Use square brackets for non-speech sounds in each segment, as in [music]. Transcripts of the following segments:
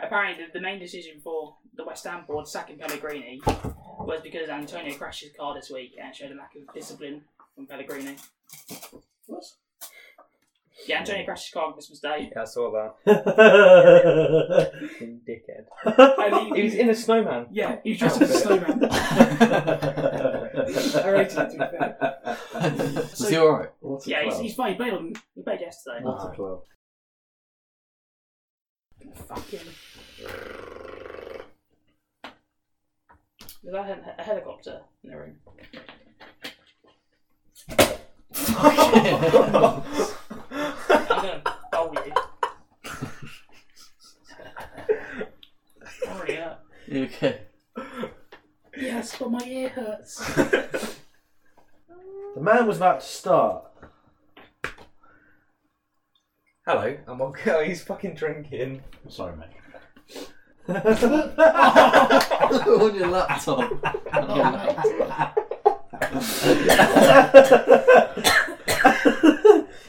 apparently the, the main decision for the West Ham board sacking Pellegrini was because Antonio crashed his car this week and showed a lack of discipline from Pellegrini. What? Yeah, Antonio crashed his car on Christmas Day. [laughs] Yeah, I saw that. I Fucking dickhead. mean- He was in a snowman. Yeah, he was dressed as a snowman. rated it, to be Was he alright? What a Yeah, he's, club. he's fine. He played on. He played yesterday. What a club. Fucking. Is that a- a helicopter in the room? I'm gonna bowl you. Sorry, yeah. [laughs] You okay? Yes, but my ear hurts. [laughs] The man was about to start. Hello, I'm on. [laughs] Oh, he's fucking drinking. Sorry, mate. [laughs] on your laptop. On your [laughs] laptop. [laughs]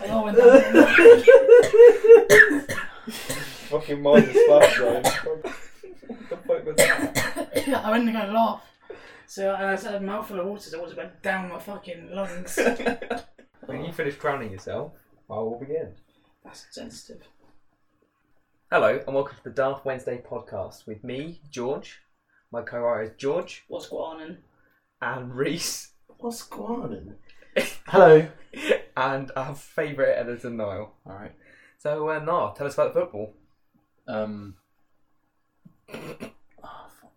I know when [laughs] that- Fucking mind is fucked, [laughs] though. What the fuck was that? [laughs] I wasn't gonna laugh. So I just had a mouthful of water, so it was went down my fucking [laughs] lungs. When you finish crowning yourself, I will begin. That's sensitive. Hello, and welcome to the Darth Wednesday podcast with me, George. My co-writer is George What's going on? And and Reese, [laughs] What's going on? Hello. and our favourite editor Niall. Alright. So, uh, Niall, tell us about the football. Um, [sighs] oh, fu-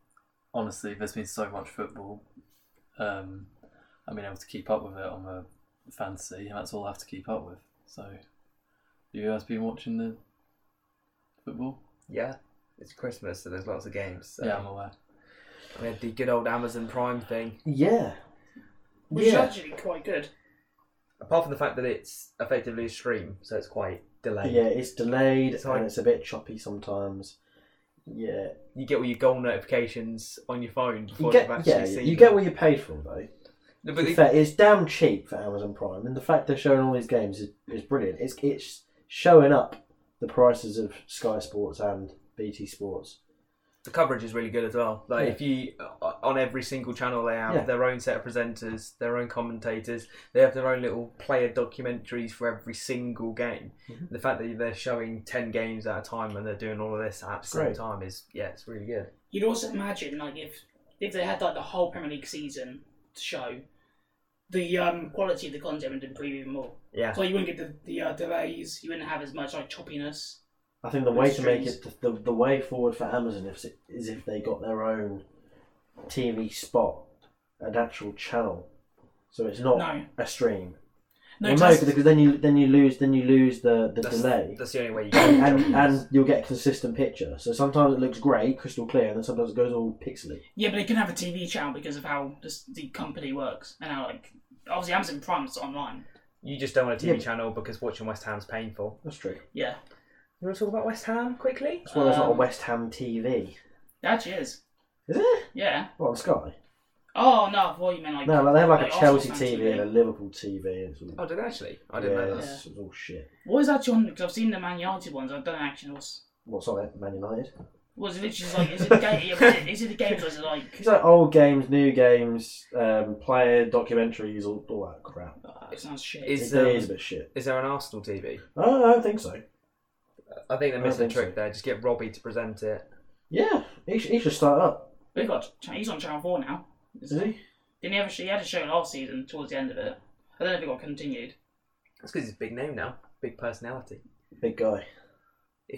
honestly, there's been so much football. Um, I've been able to keep up with it on the fantasy, and that's all I have to keep up with. So, have you guys been watching the football? Yeah, it's Christmas, so there's lots of games. So. Yeah, I'm aware. we had the good old Amazon Prime thing. Yeah. which is actually quite good. Apart from the fact that it's effectively a stream, so it's quite delayed. Yeah, it's delayed It's like- and it's a bit choppy sometimes. Yeah. You get all your goal notifications on your phone You before you've get, actually yeah, seen. you it. get what you paid for, though. No, To but be it- fair, it's damn cheap for Amazon Prime, and the fact they're showing all these games is, is brilliant. It's, it's showing up the prices of Sky Sports and BT Sports. the coverage is really good as well. Like Yeah. if you uh, on every single channel they have Yeah. their own set of presenters, their own commentators. They have their own little player documentaries for every single game. Mhm. The fact that they're showing ten games at a time and they're doing all of this at the same Great. time is yeah, it's really good. You'd also imagine like if if they had like the whole Premier League season to show, the um, quality of the content would improve even more. Yeah, So you wouldn't get the, the uh, delays. You wouldn't have as much like choppiness. I think the way to make Streams. it the, the, the way forward for Amazon is, is if they got their own TV spot, an actual channel, so it's not No. a stream. No, No, well, no, just- because then you then you lose then you lose the, the that's, delay, that's the only way [coughs] you get. [coughs] and and you'll get a consistent picture. So sometimes it looks great, crystal clear, and then sometimes it goes all pixely. yeah, but they can have a TV channel because of how this, the company works and how like obviously Amazon Prime's online. You just don't want a TV Yeah. channel because watching West Ham's painful. That's true. Yeah, You want to talk about West Ham quickly? That's why there's not a Um, West Ham TV, that actually is. is it? Yeah. Well, on Sky. Oh no, I thought you meant like No, like, they have like a Arsenal Chelsea fan TV and a Liverpool TV. And it's all, Oh, did they actually? I didn't yeah, know that. It's, it's all shit. What is actually on? Because I've seen the Man United ones. I don't actually know what's. What's on it? Man United. Was it literally just like is it the game? yeah, is, it, is it the games or is it like [laughs] It's like old games, new games, um, player documentaries, all, all that crap. It sounds shit. Is, it um, is a bit shit. Is there an Arsenal TV? I don't, I don't think so. I think they're I don't missing a think so. trick there. Just get Robbie to present it. Yeah, he, sh- he should start up. We've got he's on Channel Four now. Is he? Didn't he have a show? He had a show last season towards the end of it. I don't know if it got continued. That's because he's a big name now, big personality. Big guy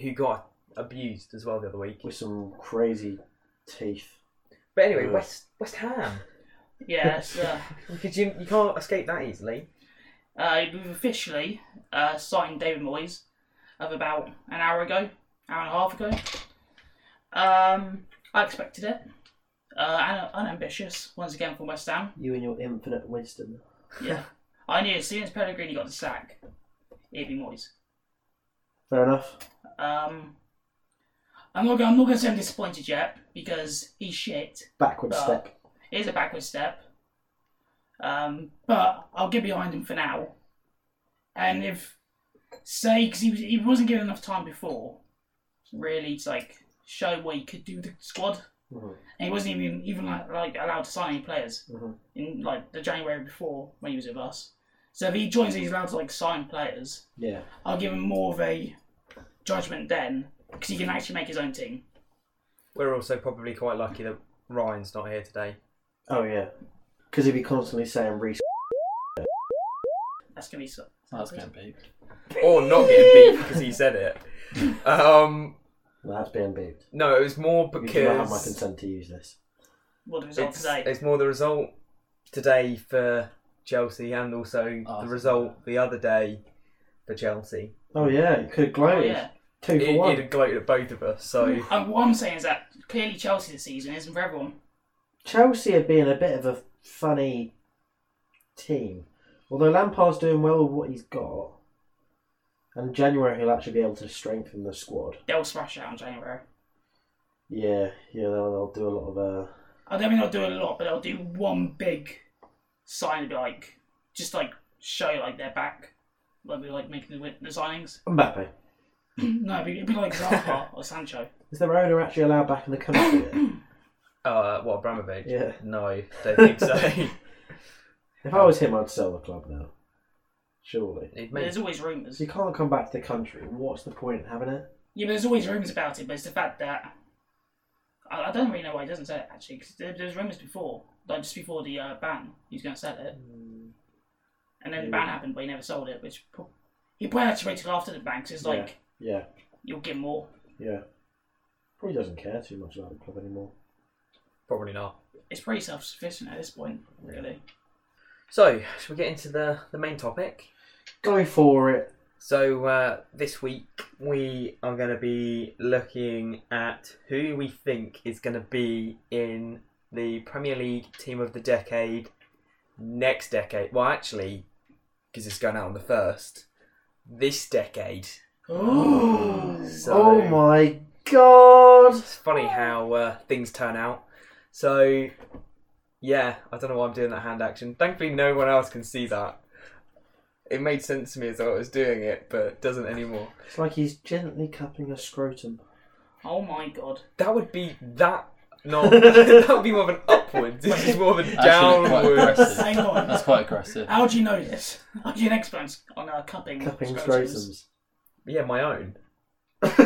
who got abused as well the other week. with some crazy teeth. But anyway, Ugh. West West Ham. Yeah, it's, uh, Because you, you can't escape that easily. uh, we've officially uh, signed David Moyes of about an hour ago, hour and a half ago. Um, I expected it. Uh, and unambitious once again from West Ham. You and your infinite wisdom. Yeah, I knew as soon as Pellegrini got the sack, it'd be Moyes. Fair enough. Um, I'm not. gonna- I'm not going to say I'm disappointed yet because he's shit. Backward Uh, step. It is a backward step. Um, but I'll get behind him for now. And if, say, because he, was, he wasn't given enough time before, really, to like show where you could do the squad. Mhm. And he wasn't even even like, like allowed to sign any players Mhm. in like the January before when he was with us. So if he joins, he's allowed to like sign players. Yeah. I'll give him more of a judgment then because he can actually make his own team. We're also probably quite lucky that Ryan's not here today. Oh yeah. Because he'd be constantly saying Reese. That's gonna be so. That's getting beeped. Or not getting beat because he said it. [laughs] Um, Well, that's being beeped. no, it was more You do not have my because consent to use this. What the result it's, today? it's more the result today for Chelsea and Ah, also Arsenal. the result the other day for Chelsea. Oh yeah, you could have Oh gloated. yeah. Two It, for it one. had gloated at both of us, [laughs] so And Uh, what I'm saying is that clearly Chelsea this season isn't for everyone. Chelsea are being a bit of a funny team. Although Lampard's doing well with what he's got, and January he'll actually be able to strengthen the squad. They'll smash it out in January. Yeah, yeah, they'll, they'll do a lot of. Uh, I don't think they'll do a lot, but they'll do one big sign and be like, just like show like their back. Like we like making the, win- the signings. [clears throat] Mbappe. no, it'd be, it'd be like [laughs] Zaha or Sancho. Is their owner actually allowed back in the country? [coughs] yet? uh, what Abramovich? Yeah. No, don't think [laughs] so. if I was him, I'd sell the club now. Surely. It But may- There's always rumours. So you can't come back to the country. What's the point in having it? Yeah, but there's always rumours about it, but it's the fact that I, I don't really know why he doesn't sell it actually, because there, there's rumours before, like just before the uh, ban, he was going to sell it, Mm. and then the ban happened, but he never sold it, which pro- he probably actually waited till after the ban, 'cause it's like Yeah, you'll get more. yeah. Probably doesn't care too much about the club anymore. Probably not. It's pretty self-sufficient at this point, really. So, shall we get into the, the main topic? Go for it. So, uh, this week we are going to be looking at who we think is going to be in the Premier League team of the decade next decade. Well, actually, because it's going out on the first, this decade. [gasps] So, Oh my god! It's funny how uh, things turn out. So, yeah, I don't know why I'm doing that hand action. Thankfully, no one else can see that. It made sense to me as I was doing it, but it doesn't anymore. It's like he's gently cupping a scrotum. Oh my god. That would be that. [laughs] No, that would be more of an upwards. This is more of a Actually, quite downwards. aggressive. Hang on. That's quite aggressive. How do you know this? How do you an expert on uh, cupping? Cupping scrotums? scrotums. Yeah, my own. That's [laughs]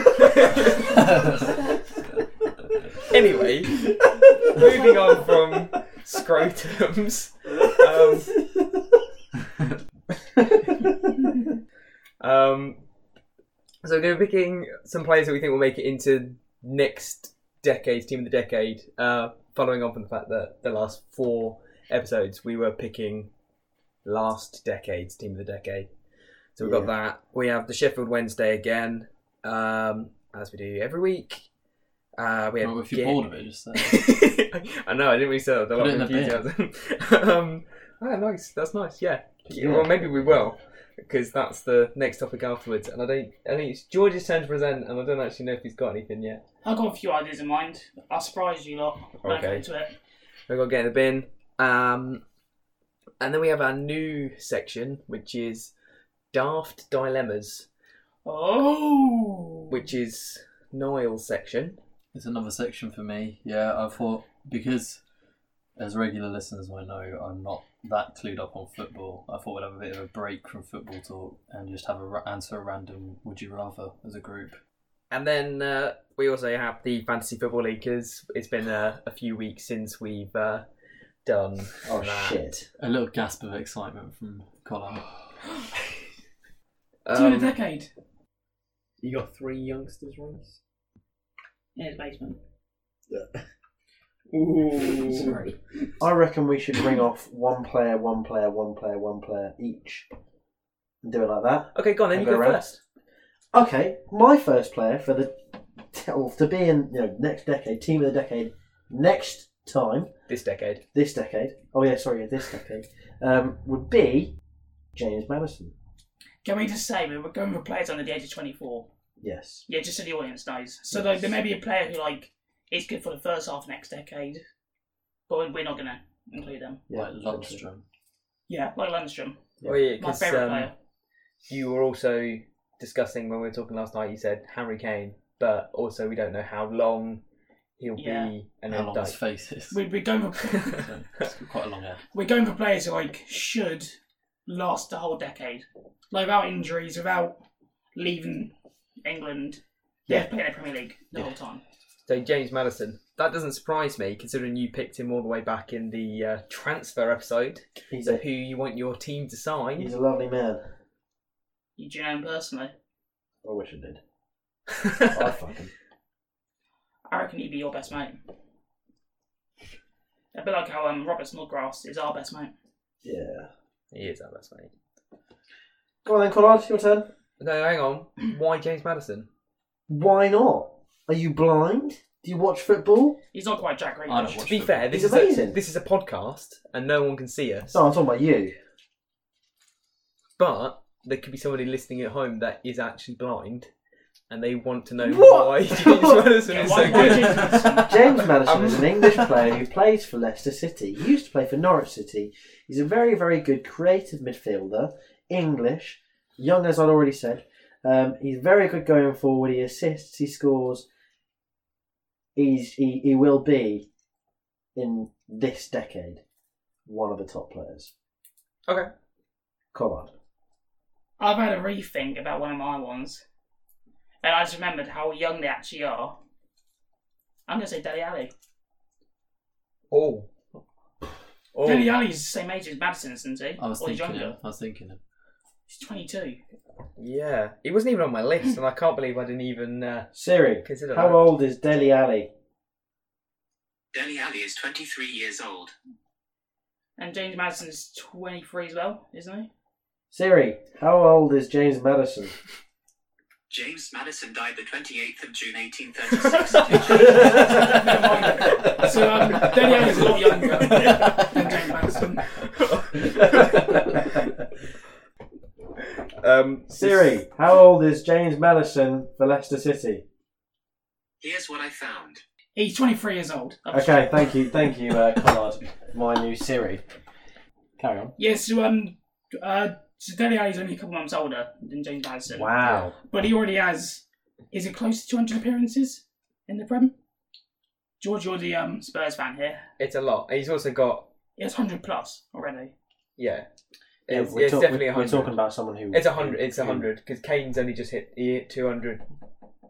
anyway, moving on from scrotums. Um, Oh, um, so we're going to be picking some players that we think will make it into next decade's team of the decade. Uh, following on from the fact that the last four episodes we were picking last decade's team of the decade. So we've got Yeah. that. We have the Sheffield Wednesday again, um, as we do every week. Uh, we have Well, if you're Ge- bored of it, just say. it. [laughs] I know, I didn't really say that. with A lot Put of it in enthusiasm. [laughs] um, ah, nice. That's nice. Yeah. Yeah. Well, maybe we will, because that's the next topic afterwards. And I don't. I think it's George's turn to present, and I don't actually know if he's got anything yet. I've got a few ideas in mind. I'll surprise you lot. when I get Okay. into it. We've got to get in the bin. Um, and then we have our new section, which is daft dilemmas, Oh. which is Niall's section. It's another section for me. Yeah, I thought because as regular listeners might know, I'm not that clued up on football. I thought we'd have a bit of a break from football talk and just have a ra- answer a random "Would you rather" as a group. And then uh, we also have the Fantasy Football League because it's been uh, a few weeks since we've uh, done. Oh that. shit. A little gasp of excitement from Colin. Two in a Um, decade. you got three youngsters race? In his basement. Ooh. Sorry. I reckon we should ring off one player, one player, one player, one player each. And do it like that. [laughs] Okay, go on then, And you go around. first. Okay, my first player for the well, to be in you know, next decade, team of the decade, next time, This decade. this decade. Oh yeah, sorry, this decade um, would be James Madison. Can we just say we were going for players under the age of 24? Yes. Yeah, just so the audience knows. So there- there may be a player who, like, is good for the first half of next decade, but we're not going to include them. Yeah, like Lundstrom. Yeah, like Lundstrom. Yeah. Oh, yeah, My 'cause, favourite um, player. you were also discussing when we were talking last night, you said Harry Kane but also we don't know how long he'll Yeah. be and How then long his Dyche. face is. We, we're, going [laughs] for, [laughs] So, it's got quite a long head. we're going for players who like should last the whole decade, like without injuries, without leaving England. Yeah. They've played in the Premier League the Yeah. whole time. So James Madison. That doesn't surprise me, considering you picked him all the way back in the uh, transfer episode. He's So a who you want your team to [laughs] he's sign? a lovely man. You do you know him personally? I wish I [laughs] did. I I fucking I reckon he'd be your best mate. A bit like how um, Robert Snodgrass is our best mate. yeah. he is oh, our best mate. Go on then, Collard. Your turn. No, hang on. Why James Madison? Why not? Are you blind? Do you watch football? He's not quite Jack I don't Grealish. To watch be football. fair, this He's is a, amazing. this is a podcast and no one can see us. No, I'm talking about you. But there could be somebody listening at home that is actually blind, and they want to know What? [laughs] why [laughs] James [laughs] Madison Yeah, is why- why so good. James Madison? [laughs] James Madison is an English player who plays for Leicester City. He used to play for Norwich City. He's a very, very good creative midfielder, English, young as I'd already said. Um, he's very good going forward. He assists, he scores. He's, he, he will be, in this decade, one of the top players. Okay. Collard. [laughs] I've had a rethink about one of my ones, and I just remembered how young they actually are. I'm gonna say Deli Alley. Oh. Oh. Deli Alley's the same age as Madison, isn't he? I was or he's thinking younger. him. I was thinking him. He's 22. Yeah. He wasn't even on my list, and I can't believe I didn't even [laughs] uh, Siri, consider how that. old is Deli Alley? Deli Ali is 23 years old. And James Madison's 23 as well, isn't he? [laughs] Siri, how old is James [laughs] Madison? James Madison died the 28th of June 1836. [laughs] So um, Deli Alley's a lot younger than James Madison. um, Siri, how old is James Madison for Leicester City? Here's what I found. He's 23 years old. Okay, thank you, thank you, uh, Collard, my new Siri. Carry on. Yeah, so, um, uh, so Deli Alley's only a couple months older than James Madison. Wow. But he already has, is it close to 200 appearances in the Prem? George, you're the um, Spurs fan here. It's a lot. He's also got, It's 100 plus already. yeah. Yeah, It's, we're it's talk- definitely we're, 100. we're talking about someone who. It's a hundred. It's a who- hundred because Kane's only just hit, he hit two hundred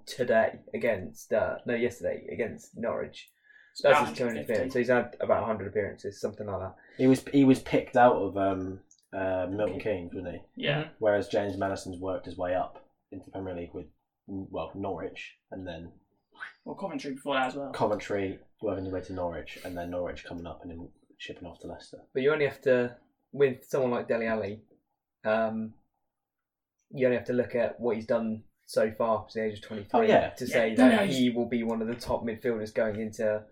today against uh, no yesterday against Norwich. It's That's about his two hundred 150. appearance. So he's had about hundred appearances, something like that. He was he was picked out of um, uh, Milton Keynes, wasn't he? Mm-hmm. Yeah. Whereas James Madison's worked his way up into the Premier League with mm, well Norwich and then Well, Coventry before that as well. Coventry working his way to Norwich and then Norwich coming up and him shipping off to Leicester. But you only have to with someone like Deli Ali. Um, you only have to look at what he's done so far to the age of twenty three Oh, yeah. to Yeah, say Dele that Alli's- he will be one of the top midfielders going into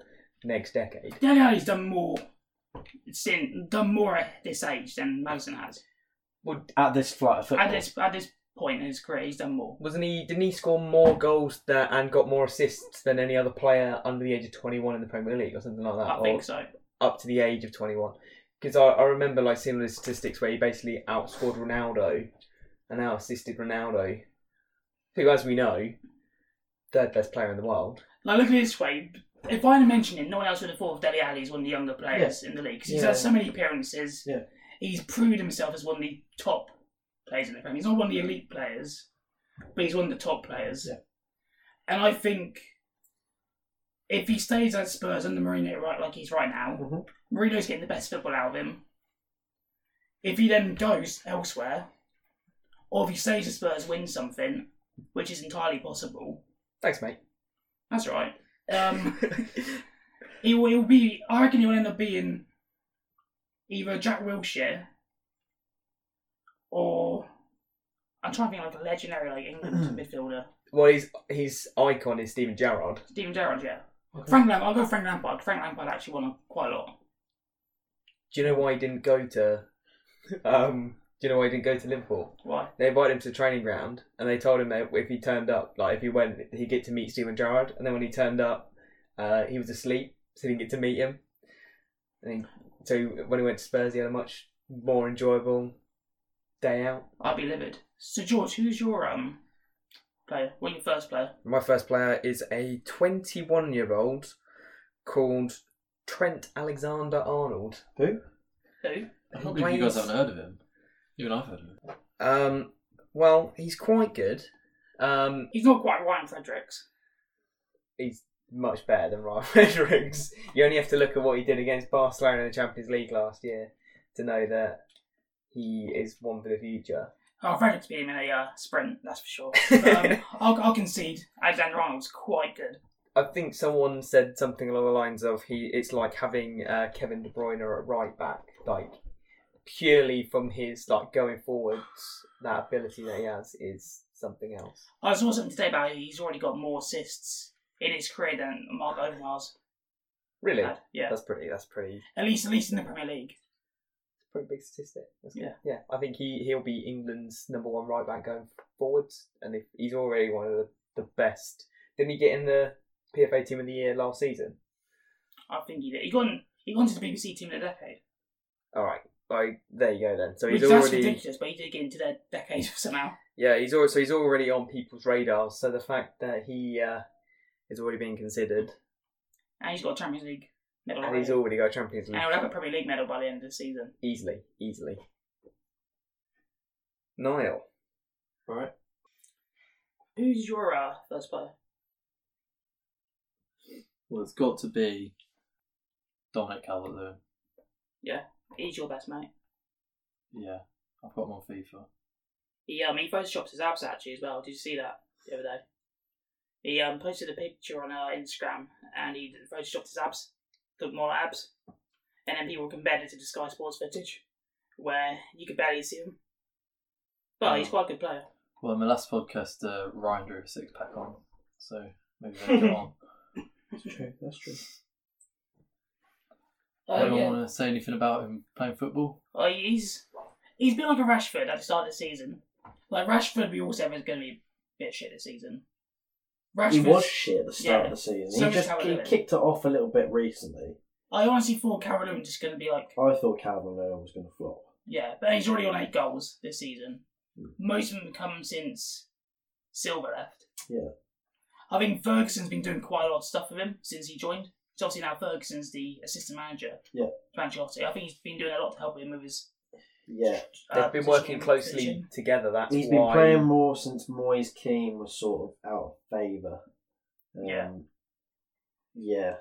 next decade. Deli Alley's done more, sin, done more at this age than Madison has. At this flight of football, At this, at this point in his career, he's done more. Wasn't he? Didn't he score more goals that, and got more assists than any other player under the age of twenty one in the Premier League or something like that? I or- think so. up to the age of 21. Because I, I remember like seeing all the statistics where he basically outscored Ronaldo and out assisted Ronaldo, who, as we know, third best player in the world. Like, look at it this way. If I had mentioned it, no one else would have thought of Deli Ali as one of the younger players in the league. 'cause he's Yeah. had so many appearances. Yeah. He's proved himself as one of the top players in the Premier He's not one of the elite players, but he's one of the top players. Yeah. And I think if he stays at Spurs under Mourinho right like he's right now, Mhm. Mourinho's getting the best football out of him. If he then goes elsewhere, or if he stays at Spurs, wins something, which is entirely possible. Thanks, [laughs] mate. That's right. Um, He will, he'll be. I reckon he'll end up being either Jack Wilshere or I'm trying to think of like a legendary like England midfielder, well, his his icon is Steven Gerrard. Steven Gerrard. Yeah, Frank Lampard. I'll go Frank Lampard. Frank Lampard actually won quite a lot. Do you know why he didn't go to? Um, do you know why he didn't go to Liverpool? Why? They invited him to the training ground and they told him that if he turned up, like if he went, he'd get to meet Steven Gerrard. And then when he turned up, uh, he was asleep, so he didn't get to meet him. And he, so when he went to Spurs, he had a much more enjoyable day out. I'd be livid. So George, who's your um player? Well, your first player. My first player is a 21 year old called Trent Alexander Arnold. Who? I can't believe you Plays- guys haven't heard of him. Even I've heard of him. Um, well, he's quite good. Um, He's not quite Ryan Fredericks. much better than Ryan [laughs] Fredericks. You only have to look at what he did against Barcelona in the Champions League last year to know that he is one for the future. Oh, Fredericks beat him in a uh, sprint, that's for sure. But, um, I'll, I'll concede. Alexander Arnold's quite good. I think someone said something along the lines of he. It's like having uh, Kevin De Bruyne at right back, like purely from his like going forwards. That ability that he has is something else. I saw something today about he's already got more assists in his career than Mark Overmars Really, had. Yeah, that's pretty. That's pretty. at least at least in the Premier League. Pretty big statistic. That's good. Yeah. yeah. I think he he'll be England's number one right back going forwards, and if, he's already one of the, the best. Didn't he get in the PFA team of the year last season? I think he did. He got in, he got into the BBC team of the decade. All right, like there you go then. So Which he's that's already ridiculous, but he did get into their decade [laughs] somehow. yeah he's also he's already on people's radars. So the fact that he uh, is already being considered And he's got a Champions League medal. and he's already. already got a Champions And League he'll have a Premier League medal by the end of the season. easily, easily. Niall, Right. Who's your uh, first player? Well, it's got to be Dominic Calvert Lewin. He's your best mate. Yeah, I've got him on FIFA. He um he photoshops his abs actually as well. Did you see that the other day? He um posted a picture on uh, Instagram and he photoshopped his abs, looked more like abs, and then people compared it to the Sky Sports footage, where you could barely see him. But Oh. he's quite a good player. Well, in my last podcast, uh, Ryan drew a six pack on, so maybe they'll [laughs] go on. That's true. That's true. Oh Anyone yeah. want to say anything about him playing football? Oh, he's he's been like a Rashford at the start of the season. Like Rashford, we all said was going to be a bit shit this season. Rashford He was shit at the start of Yeah. the season. So he was just he Calvert-Lewin. kicked it off a little bit recently. I honestly thought Calvert-Lewin was just going to be like I thought Calvert-Lewin was going to flop. Yeah, but he's already on eight goals this season. Hmm. Most of them come since Silver left. Yeah. I think Ferguson's been doing quite a lot of stuff with him since he joined. So obviously now Ferguson's the assistant manager. Yeah. to Ancelotti. I think he's been doing a lot to help him with his. Yeah, uh, they've been position working and closely position. together. That's he's why been playing more since Moyes Keane was sort of out of favour. Um, Yeah. yeah,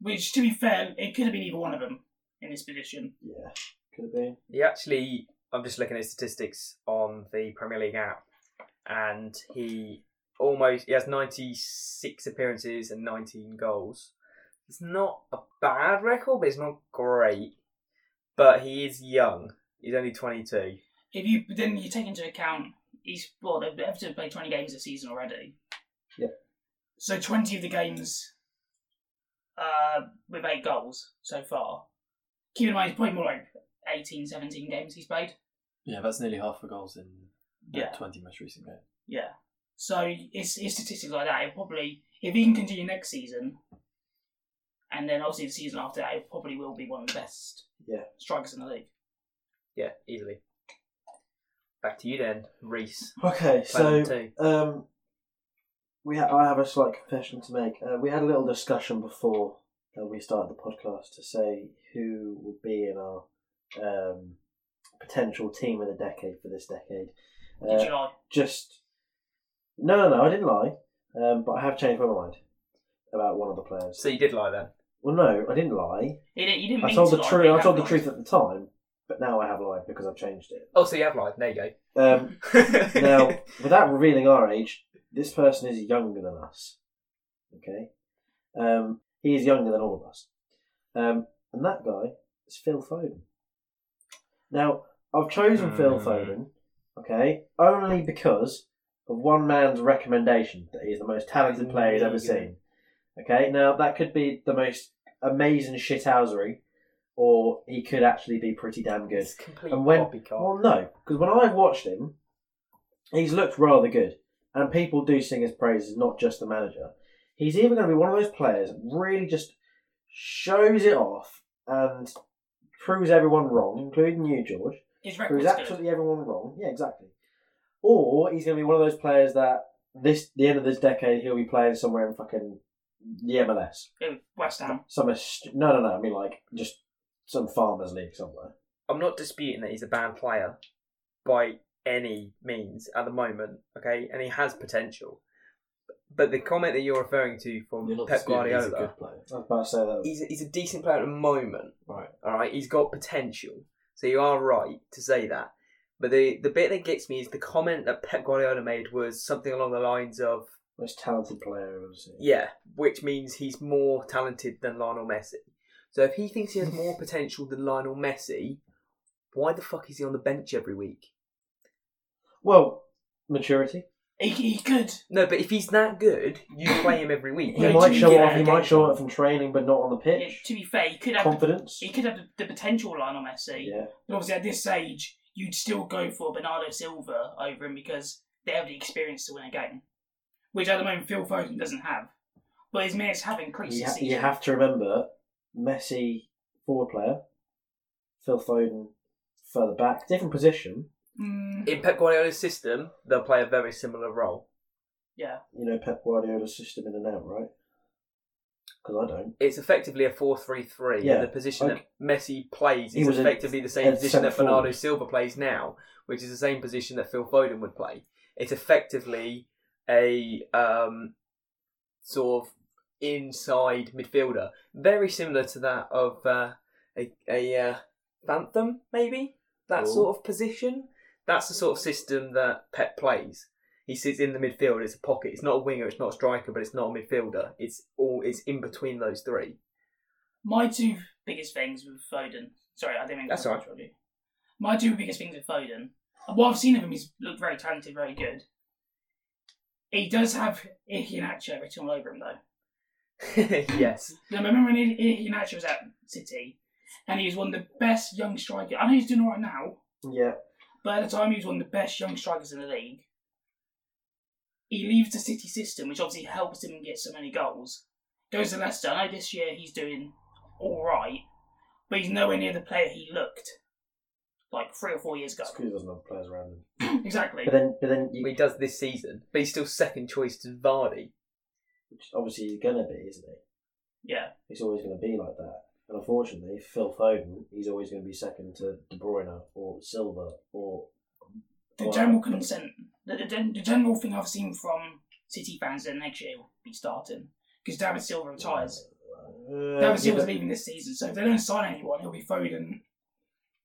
Which, to be fair, it could have been either one of them in this position. yeah. Could have been. He actually, I'm just looking at his statistics on the Premier League app, and he almost he has 96 appearances and 19 goals. It's not a bad record, but it's not great. But he is young. He's only 22. If you but then you take into account he's well, they've Everton have played twenty games this season already. Yep. So twenty of the games, uh, with eight goals so far. Keep in mind, it's probably more like 18, 17 games he's played. Yeah, that's nearly half the goals in the Yeah. 20 most recent games. Yeah. So it's, it's statistics like that. It probably if he can continue next season, and then obviously the season after that, it probably will be one of the best Yeah. strikers in the league. Yeah, easily. Back to you then, Reese. Okay, so Player two. Um, we ha- I have a slight confession to make. Uh, we had a little discussion before uh, we started the podcast to say who would be in our um, potential team of the decade for this decade. Did Uh, you like? just no, no, no. I didn't lie, um, but I have changed my mind about one of the players. So you did lie then. Well, no, I didn't lie. You didn't, you didn't I mean told to the lie, truth. but I told the you truth at the time, but now I have lied because I've changed it. Oh, so you have lied. There you Um, go. [laughs] Now, without revealing our age, this person is younger than us. Okay? Um, he is younger than all of us. Um, and that guy is Phil Foden. Now, I've chosen Phil Hmm. Foden, okay, only because of one man's recommendation that he is the most talented player he's ever seen. Okay? Now, that could be the most amazing shithousery, or he could actually be pretty damn good. It's complete And when poppycock. well, Oh, no, because when I've watched him, he's looked rather good, and people do sing his praises, not just the manager. He's either going to be one of those players that really just shows it off and proves everyone wrong, including you, George, His record's proves good. absolutely everyone wrong. Yeah, exactly. Or he's going to be one of those players that this the end of this decade, he'll be playing somewhere in fucking the MLS. in West Ham. Some est- no, no, no. I mean like just some farmers league somewhere. I'm not disputing that he's a bad player by any means at the moment, okay, and he has potential. But the comment that you're referring to You're from not Pep disputing he's a Guardiola, good player. I was about to say that. he's he's a decent player at the moment. Right. All right, he's got potential. So you are right to say that. But the the bit that gets me is the comment that Pep Guardiola made was something along the lines of, most talented player. Obviously. yeah, which means he's more talented than Lionel Messi. So if he thinks he has [laughs] more potential than Lionel Messi, why the fuck is he on the bench every week? Well, maturity. He, he could. No, but if he's that good, [coughs] you play him every week. He Yeah, might to show get off. out He of might game. show off from training, but not on the Yeah, pitch. to be fair, he could have the, Confidence. he could have the, the potential Lionel Messi. Yeah. But obviously, at this age, you'd still go for Bernardo Silva over him because they have the experience to win a game, which at the moment Phil Foden doesn't have. But his minutes have increased You, this ha- season. you have to remember, Messi forward player, Phil Foden further back, different position. Mm, In Pep Guardiola's system, they'll play a very similar role. yeah, You know Pep Guardiola's system in and out, right? Because I don't. It's effectively a 4 3 3. Yeah, The position okay. that Messi plays He is was a- effectively the same a position that centre forward. Bernardo Silva plays now, which is the same position that Phil Foden would play. It's effectively a um, sort of inside midfielder. Very similar to that of uh, a, a uh, Bantham, maybe? That Cool. sort of position. That's the sort of system that Pep plays. He sits in the midfield. It's a pocket. It's not a winger. It's not a striker, but it's not a midfielder. It's all. It's in between those three. [laughs] my two biggest things with Foden. Sorry, I didn't mean to That's interrupt you. My two biggest things with Foden. What I've seen of him, he's looked very talented, very good. He does have Iheanacho written all over him, though. yes. Now, I remember when Iheanacho was at City, and he was one of the best young strikers. I know he's doing all right now, Yeah. but at the time he was one of the best young strikers in the league. He leaves the City system, which obviously helps him get so many goals. Goes to Leicester. I know this year he's doing all right, but he's nowhere near the player he looked like three or four years ago. It's 'cause he doesn't have players around him. [laughs] exactly. But then, but then, you, He does this season, but he's still second choice to Vardy. which obviously he's gonna be, isn't he? Yeah. He's always gonna be like that. And unfortunately, Phil Foden, he's always gonna be second to De Bruyne or Silva or. The or- general consent, the, the, gen- the general thing I've seen from City fans that next year will be starting because David Silva retires. Uh, David Silva's yeah, leaving this season, so if they don't sign anyone, he'll be Foden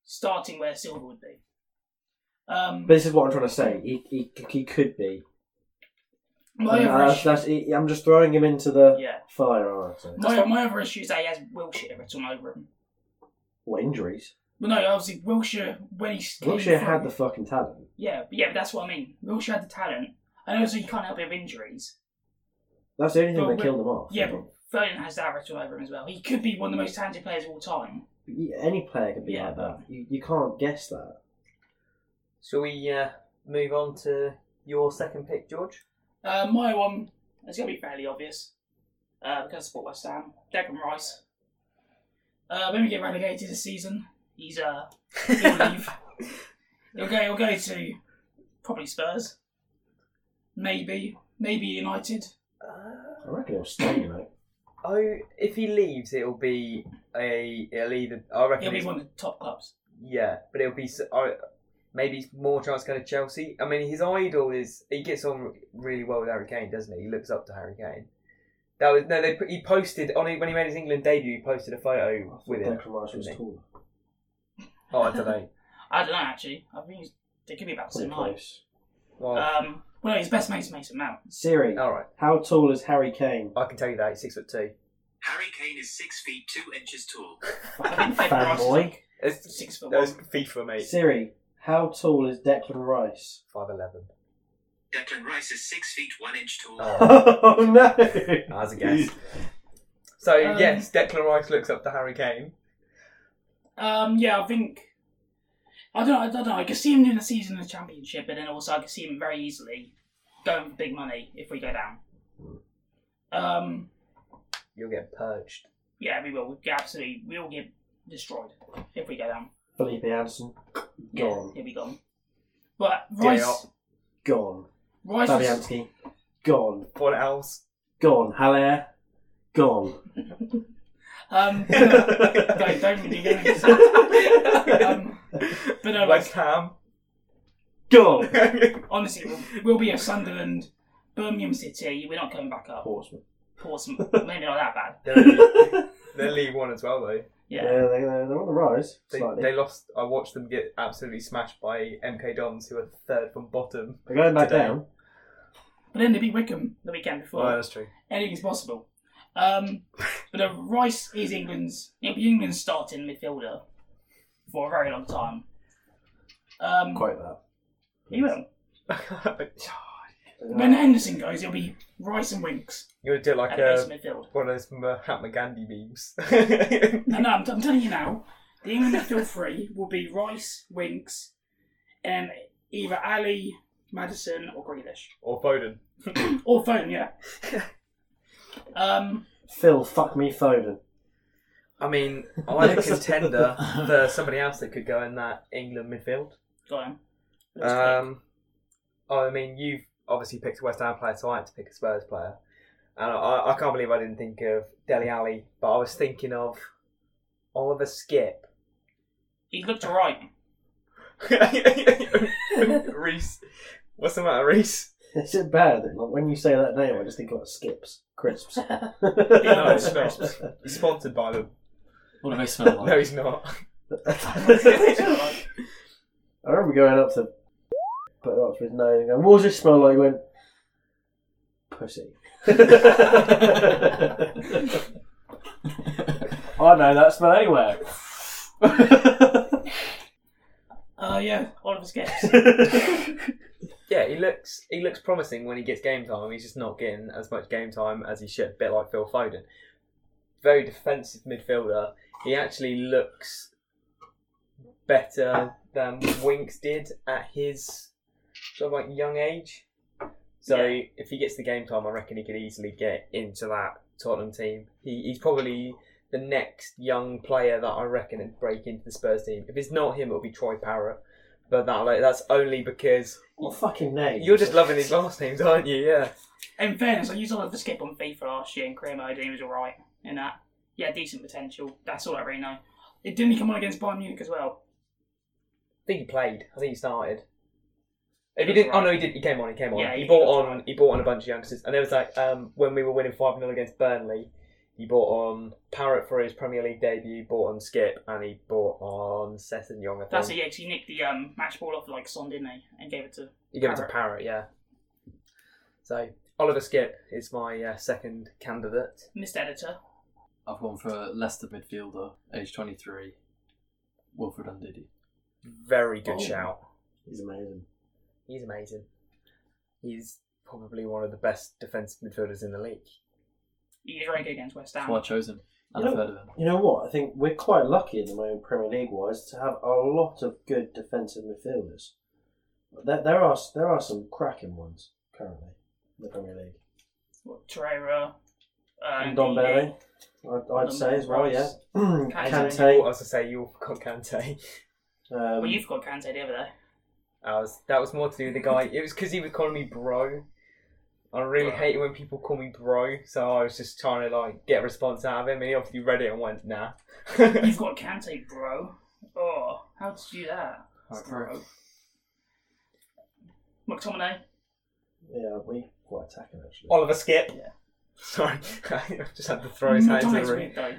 starting where Silva would be. Um, but this is what I'm trying to say. He he, he could be. my And other that's- issue, that's- he- I'm just throwing him into the yeah, fire, aren't I? my, my other issue is that he has Wilshire written all over him. What injuries? Well, no, obviously Wilshire when he came Wilshere from- had the fucking talent. yeah, but yeah, but that's what I mean. Wilshire had the talent, and also you can't help it with injuries. That's the only thing But that we- killed him off. Yeah, but Foden has that written all over him as well. He could be one of the most talented players of all time. Y- any player could be Yeah, like that. You, you can't guess that. Shall we uh, move on to your second pick, George? Uh, my one is going to be fairly obvious uh, because I support West Ham. Declan Rice. Uh, when we get relegated this season, he's uh, he'll leave. He'll go. He'll go to probably Spurs. Maybe, maybe United. I reckon he'll stay, you know. oh, if he leaves, it'll be a. It'll either. I reckon. He'll be it's- one of the top clubs. Yeah, but it'll be. s- I- Maybe it's more chance going to Chelsea. I mean, his idol is he gets on really well with Harry Kane, doesn't he? He looks up to Harry Kane. That was no. They put- he posted on when he made his England debut. He posted a I Oh, photo thought with him. Declan Rice was didn't taller. Oh, I [laughs] don't know. I don't know actually. I think he's, they could be about the Pretty same height. close. Well, Um, well, no, his best mate's Mason Mount. Siri, all right. how tall is Harry Kane? I can tell you that he's six foot two. Harry Kane is 6 feet 2 inches tall. I think Declan Rice is Fanboy. like It's six foot that was one. FIFA, mate. Siri, how tall is Declan Rice? [laughs] Five eleven. Declan Rice is 6 feet 1 inch tall. Oh, oh no! as a guess. So Um, yes, Declan Rice looks up to Harry Kane. Um, yeah, I think. I don't, I don't know. I could see him doing a season in the championship, and then also I could see him very easily going for big money if we go down. Um, You'll get purged. yeah, we will. We get absolutely, we will get destroyed if we go down. Felipe Anderson, Yeah, gone, he'll be gone. But Rice, Diop. gone. Rice, was, Fabianski, gone, What else? gone. Haller, [laughs] gone. Um, don't, West don't really get me started. um, But no, [laughs] Ham. Gone. [laughs] honestly, we'll, we'll be a Sunderland, Birmingham City. We're not coming back up. [laughs] Horseman. Portsmouth, maybe not that bad. They're League- they're League One as well, though. Yeah. Yeah, they, they're, they're on the rise. They, slightly. they lost. I watched them get absolutely smashed by MK Dons, who are third from bottom. They're going back today. down. But then they beat Wickham the weekend before. Well, that's [laughs] true. Anything's possible. Um, but uh, Rice is England's. He'll be England's starting midfielder for a very long time. Um, Quite that. he will. you When Henderson goes, he'll be Rice and Winks want to do like at the base a, of midfield. one of those Mahatma Gandhi memes. [laughs] No, no, um, I'm, I'm telling you now. The England midfield three will be Rice, Winks, and either Ali, Madison, or Grealish. or Foden. Or Phone, yeah. um, Phil, fuck me, Foden. [laughs] I [laughs] mean, I want a contender for somebody else that could go in that England midfield. go on. Let's Um, I mean, you've obviously picked a West Ham player, so I had to pick a Spurs player. And I, I can't believe I didn't think of Deli Alley, but I was thinking of Oliver Skip. He looked alright. Reese. What's the matter, Reese? Is it bad? that, Like, when you say that name, I just think like skips, [laughs] crisps. No, it's not. He's sponsored by them. What do they [laughs] smell No, like? he's not. I remember going up to put it up to his nose and going, "What does this smell like?" He went, "Pussy." [laughs] I know that smell [laughs] anywhere. Uh, yeah, Oliver [laughs] Skips. Yeah, he looks he looks promising when he gets game time. He's just not getting as much game time as he should. bit like Phil Foden, very defensive midfielder. He actually looks better than Winks did at his sort of like young age. So Yeah. if he gets the game time, I reckon he could easily get into that Tottenham team. He, he's probably the next young player that I reckon would break into the Spurs team. If it's not him, it'll be Troy Parrott. But that like, that's only because what fucking name? you're just loving these last names, aren't you? Yeah. In fairness, I used Oliver Skip on FIFA last year in career mode and he was alright in that. He had decent potential. That's all I really know. It didn't he come on against Bayern Munich as well. I think he played. I think he started. If he That's didn't, right. oh no, he did. He came on. He came on. Yeah, he, he- bought that's on. He bought on a bunch of youngsters, and there was like um, when we were winning five 0 against Burnley, he bought on Parrott for his Premier League debut. Bought on Skip, and he bought on Sesson Young. I think Oh. That's it, yeah, 'cause he nicked the um, match ball off like Son, didn't he? And gave it to. He gave it to Parrott. Yeah. So Oliver Skip is my uh, second candidate. Missed editor. I've gone for Leicester midfielder, age 23, Wilfred Ndidi. Very good Oh. shout. He's amazing. He's amazing. He's probably one of the best defensive midfielders in the league. He was very good against West That's why I Ham. chose him, and You I've know- heard of him. You know what? I think we're quite lucky at the moment, Premier League wise, to have a lot of good defensive midfielders. There, there are there are some cracking ones currently in the Premier League. What, Torreira. Uh, And Don Bailey, I'd, I'd say as well. [clears throat] Yeah, Oh, I Kante. was to say you all [laughs] forgot Kante. Well, Um, you've got Kante the other day. I was that was more to do with the guy. It was because he was calling me bro. I really hate it when people call me bro, so I was just trying to like get a response out of him, and he obviously read it and went nah. [laughs] You've got Kante, bro. Oh, how did you do that? Alright, bro. McTominay. yeah, we quite attacking actually. Oliver Skip. Yeah. [laughs] Sorry, I just had to throw his hand into McTominay's the room. weird though.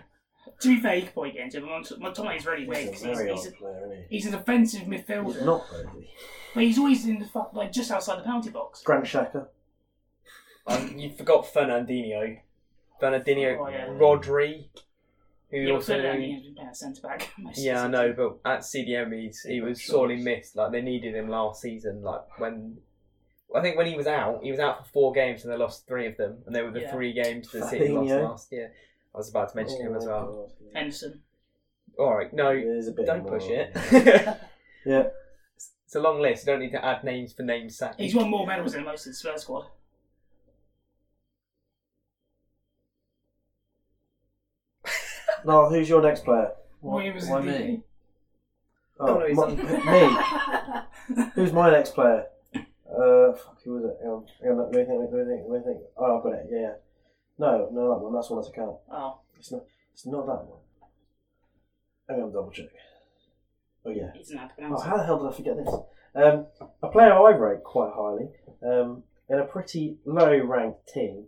To be fair, he could probably get into it, but Mont- McTominay's really weird He's a 'cause he's, very he's, old player, isn't he? he's a defensive He's midfielder, not very. but he's always in the fu- like just outside the penalty box. Grand Shaka. Um, you forgot Fernandinho, Fernandinho, Oh, yeah. Rodri, who Yeah, also also, he's been playing centre back. [laughs] most of Yeah, I the know, season. but at CDM he's, he Yeah, was sure. sorely missed. Like they needed him last season. Like when I think when he was out, he was out for four games and they lost three of them, and they were the Yeah. three games that City lost Fabinho. last year. I was about to mention Oh, him as well. Henderson. All right, no, There's a Oh. bit don't more. push [laughs] it. Yeah. it's a long list. You don't need to add names for names' sake. He's won more medals than most of the Spurs squad. Now, who's your next player? Well, he was why in me? Oh, no, he's [laughs] my- me. Who's my next player? Uh, fuck, who was it? Hang on, hang on, let me think, let me think, let me think. Oh, I've got it, yeah, yeah. No, no, that one, that's one that's a count. Oh, It's not, it's not that one. Hang on, double check. Oh, yeah. he doesn't have to Oh, pronounce how the hell did I forget this? Um, a player I rate quite highly um, in a pretty low ranked team,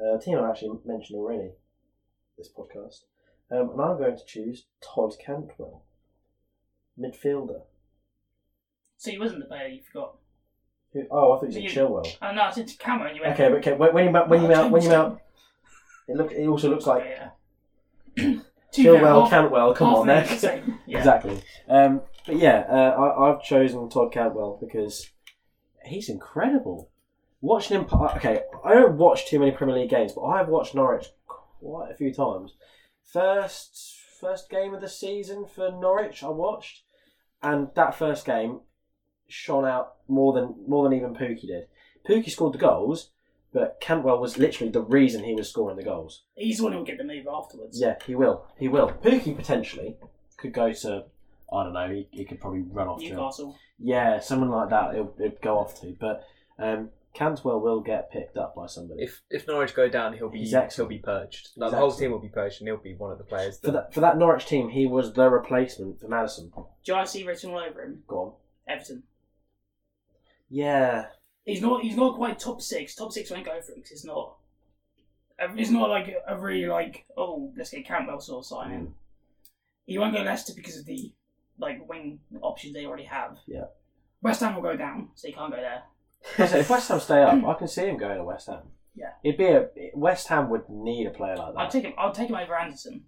uh, a team I've actually mentioned already this podcast, um, and I'm going to choose Todd Cantwell, midfielder. it. So he wasn't the player you forgot. Who, oh, I thought you You- said Chilwell. Oh no, it's into camera and you went. "Oh, Okay, but okay, when when you mount, when you No, mount, when you James mount, it look, it also looks like [clears throat] yeah. Too fair, Chilwell, half- Cantwell. Come half on, of there. them are the [laughs] same. Yeah. Exactly. Um, but yeah, uh, I, I've chosen Todd Cantwell because he's incredible. Watching him, pa- okay, I don't watch too many Premier League games, but I've watched Norwich quite a few times. First, first game of the season for Norwich, I watched, and that first game shone out more than more than even Pookie did. Pookie scored the goals, but Cantwell was literally the reason he was scoring the goals. He's the one who will get the move afterwards. Yeah, he will. He will. Pookie potentially could go to. I don't know. He, he could probably run off to. Newcastle. Yeah, someone like that. He'll, he'll go off to. But um, Cantwell will get picked up by somebody. If if Norwich go down, he'll be He's he'll excellent. be purged. Like, He's the whole excellent. team will be purged, and he'll be one of the players. for That, that for that Norwich team, he was the replacement for Madison. Do I see written all over him? Go on. Everton. Yeah, He's not. He's not quite top six. Top six won't go for him because it's not. It's not like a really like oh let's get Campbell sort of signing. Mm. He won't go Leicester because of the like wing options they already have. Yeah. West Ham will go down, so he can't go there. So if West Ham stay up, I can see him going to West Ham. Yeah. it'd be a West Ham would need a player like that. I'll take him. I'll take him over Anderson.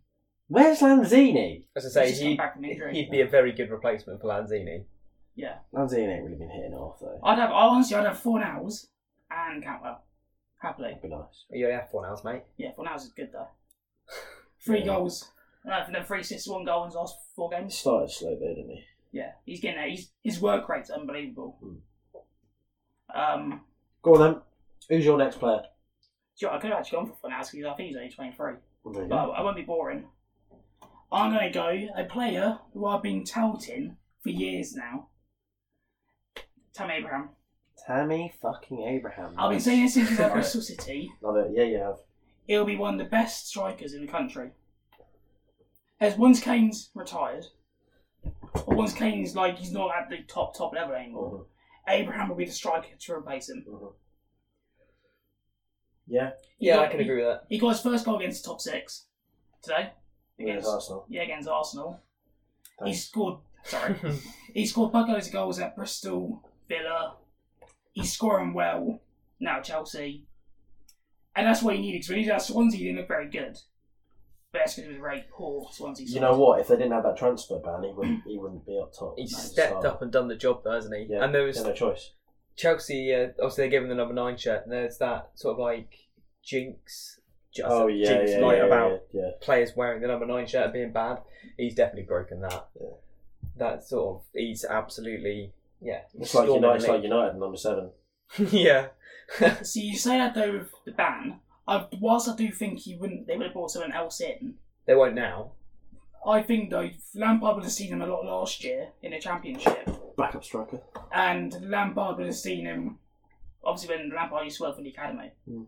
Where's Lanzini? as I say, He's just come he back from injury. he'd be a very good replacement for Lanzini. Yeah, Lanzini ain't really been hitting it off though. I'd have. I'll honestly, I'd have four nows and Cantwell happily. That'd be nice. You only have four nows, mate. Yeah, four nows is good though. [laughs] Three Yeah. goals. Uh, no, three assists, one goal in his last four He games. started slow though, didn't he? Yeah, he's getting there. He's, his work rate's unbelievable. Hmm. Um, Go on then. Who's your next do player? you know, I could have actually gone for four nows because I think he's only twenty three. But I, I won't be boring. I'm going to go a player who I've been touting for years now. Tam Abraham. Tammy fucking Abraham. I've been saying this since [laughs] he was at Love it. Bristol City. Love it. Yeah, you have. He'll be one of the best strikers in the country. As once Kane's retired, or once Kane's like he's not at the top top level anymore, Mhm, Mm-hmm. Abraham will be the striker to replace him. mhm. Yeah, Yeah, got- I can agree with that. He got his first goal against the top six today. against Against- Arsenal. Yeah, against Arsenal. He Thanks. scored. [laughs] Sorry, he scored buckloads of goals at Bristol, Villa. He's scoring well now, at Chelsea, and that's what he needed. Because when he was at Swansea, he didn't look very good. But that's because he was very poor Swansea. You side. know what? If they didn't have that transfer ban, he wouldn't. He wouldn't be up top. He's He's stepped up and done the job, though, hasn't he? Yeah, And there was yeah, no choice. Chelsea. Uh, obviously, they gave him the number nine shirt, and there's that sort of like jinx, just Oh yeah, jinx yeah, light yeah, about yeah, yeah. players wearing the number nine shirt and being bad. He's definitely broken that. Yeah. That sort of he's absolutely yeah. It's like storming United. It's the like United number seven. league. [laughs] yeah. See, you say that though with the ban. I, whilst I do think he wouldn't, they would have brought someone else in. They won't now. I think though Lampard would have seen him a lot last year in the Championship, Backup striker. and Lampard would have seen him. Obviously, when Lampard used to work for the academy, Hmm.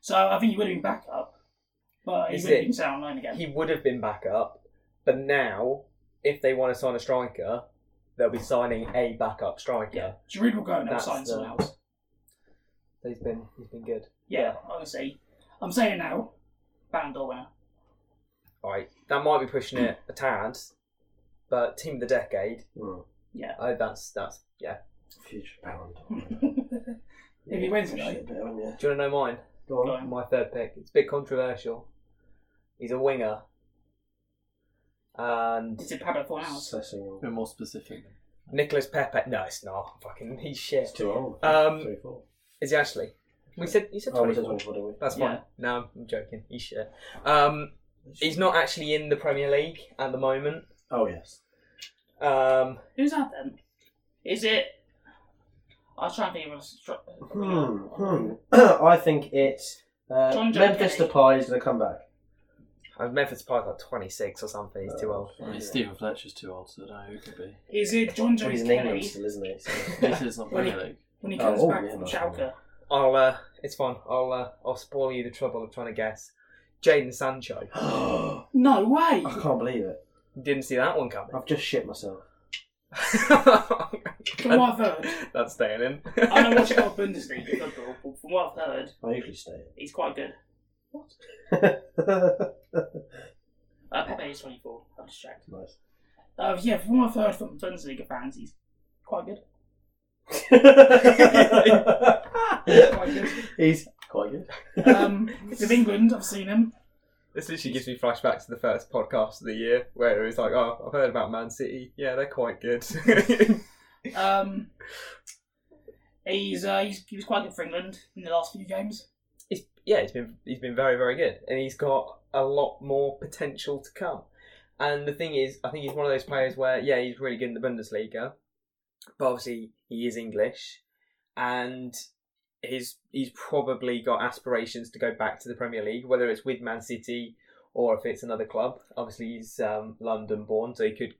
so I think he would have been back up, but he Is would have it- been sent on loan again. He would have been back up, but now if they want to sign a striker, they'll be signing a backup striker. yeah, Giroud will go and they'll That's sign the- someone else. So he's been he's been good. Yeah, honestly, I'm saying now, Ballon d'Or winner. All right, that might be pushing it a tad, but team of the decade. Mm. Yeah, Oh, that's that's yeah. Future Ballon [laughs] d'Or. if he wins it, Shit, though, bit, haven't Do you? you want to know mine? Go Go on. on. My third pick. It's a bit controversial. He's a winger. And it's a Pablo for now. A Sessing. bit more specific. Nicholas Pepe. No, it's not. Fucking, he's It's shit. too old. Um, Thirty-four. Is he actually? We said he said Oh, we 24. said twenty-four, didn't we? That's fine. Yeah. No, I'm joking. He's shit. Um, he's not actually in the Premier League at the moment. Oh yes. Um, Who's that then? Is it? I was trying to think of a. Str- Hmm. hmm. [clears throat] I think it's uh, John Joe Memphis Kenny. Depay is going to come back. and Memphis Pipe's like 26 or something. He's Uh, too old. I mean, [laughs] Stephen Fletcher's too old, so I don't know who it could be. Is it John Well, Jones he's in Kelly? [gasps] England still, isn't he? So. This is not Well, Premier League. when he Oh, comes oh, back yeah, from no, Schalke. I'll uh, it's fine. I'll uh, I'll spoil you the trouble of trying to guess. Jaden Sancho. I No [laughs] way! can't believe it. Didn't see that one coming. [laughs] I've just shit myself. From what I've heard, That's staying in. I don't watch a lot of Bundesliga football, but from what I've heard, I usually stay. he's quite good. What? [laughs] nice. Uh, Pepe is 24. I'm distracted. Uh, yeah, from what I've heard from Bundesliga fans, he's quite good. Quite good. [laughs] He's quite good. [clears throat] Um, with England, I've seen him. This literally gives me flashbacks to the first podcast of the year where it was like, oh, I've heard about Man City. Yeah, they're quite good. [laughs] Um, he's, uh, he's he was quite good for England in the last few games. he's, yeah, he's been he's been very very good, and he's got a lot more potential to come. And the thing is, I think he's one of those players where yeah, he's really good in the Bundesliga, but obviously he is English, and he's he's probably got aspirations to go back to the Premier League, whether it's with Man City or if it's another club. Obviously, he's um, London born, so he could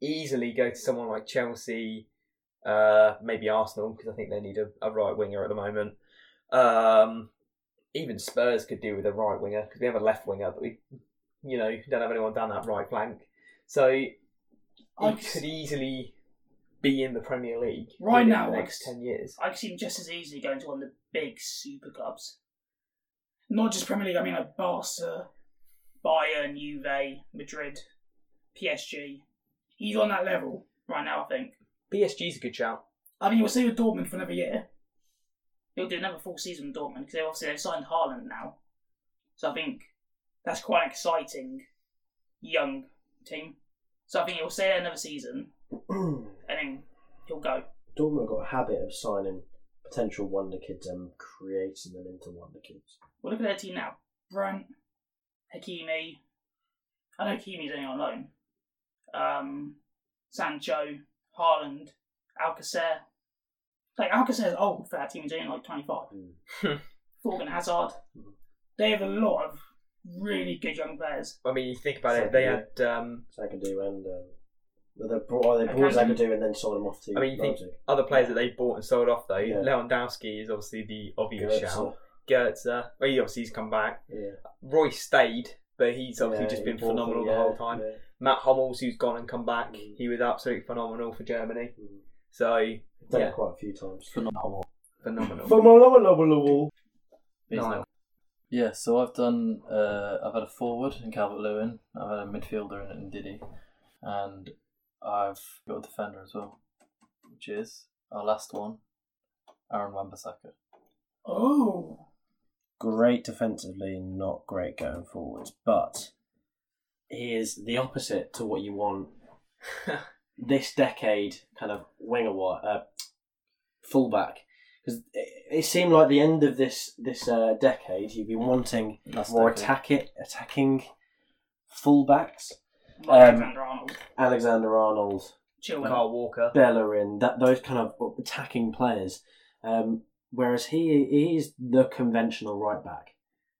easily go to someone like Chelsea, uh, maybe Arsenal, because I think they need a, a right winger at the moment. Um, even Spurs could do with a right winger because we have a left winger, but we, you know, don't have anyone down that right flank. So he I could could, easily be in the Premier League Right within now, the next like- ten years. I could see him just as easily going to one of the big super clubs. Not just Premier League, I mean like Barca, Bayern, Juve, Madrid, PSG. He's on that level right now, I think. BSG's a good shout. I mean, we'll see with Dortmund for another year. He'll do another full season with Dortmund because obviously they've signed Haaland now. So I think that's quite an exciting young team. So I think he'll stay there another season Dortmund and then he'll go. have got a habit of signing potential wonder kids and creating them into wonder kids. Well, look at their team now. Brent, Hakimi. I know Hakimi's only on loan. Um, Sancho, Haaland, Alcacer. Like, Alcacer's old for that team. He's only like 25. Hmm. Thorgan Hazard. They have a lot of really good young players. I mean, you think about it. Second They year. had. Um, Zagadu and um, well, they brought they brought Academy. Zagadu and then sold him off to I mean, you think Leipzig. other players that they bought and sold off though. Yeah. Lewandowski is obviously the obvious Goetze. shout. Goetze, well, he obviously he's come back. Yeah. Roy stayed, but he's obviously Yeah, just he been bought them, phenomenal the yeah, whole time. yeah. Matt Hummels, who's gone and come back, Mm. he was absolutely phenomenal for Germany. Mm. So Done Yeah. it quite a few times. [laughs] Phenomenal. phenomenal. Phenomenal. He's Nice. not- Yeah, so I've done. Uh, I've had a forward in Calvert Lewin. I've had a midfielder in, in Diddy, and I've got a defender as well, which is our last one, Aaron Wambasaka. Oh, great defensively and not great going forwards, but he is the opposite to what you want this decade kind of winger wi- uh, fullback because it, it seemed like the end of this this uh, decade you've been wanting Last more decade. attack it, attacking fullbacks like Um, Alexander Arnold, Alexander Arnold Chilwell. Carl Walker. Bellerin, that those kind of attacking players. Um, whereas he he is the conventional right back.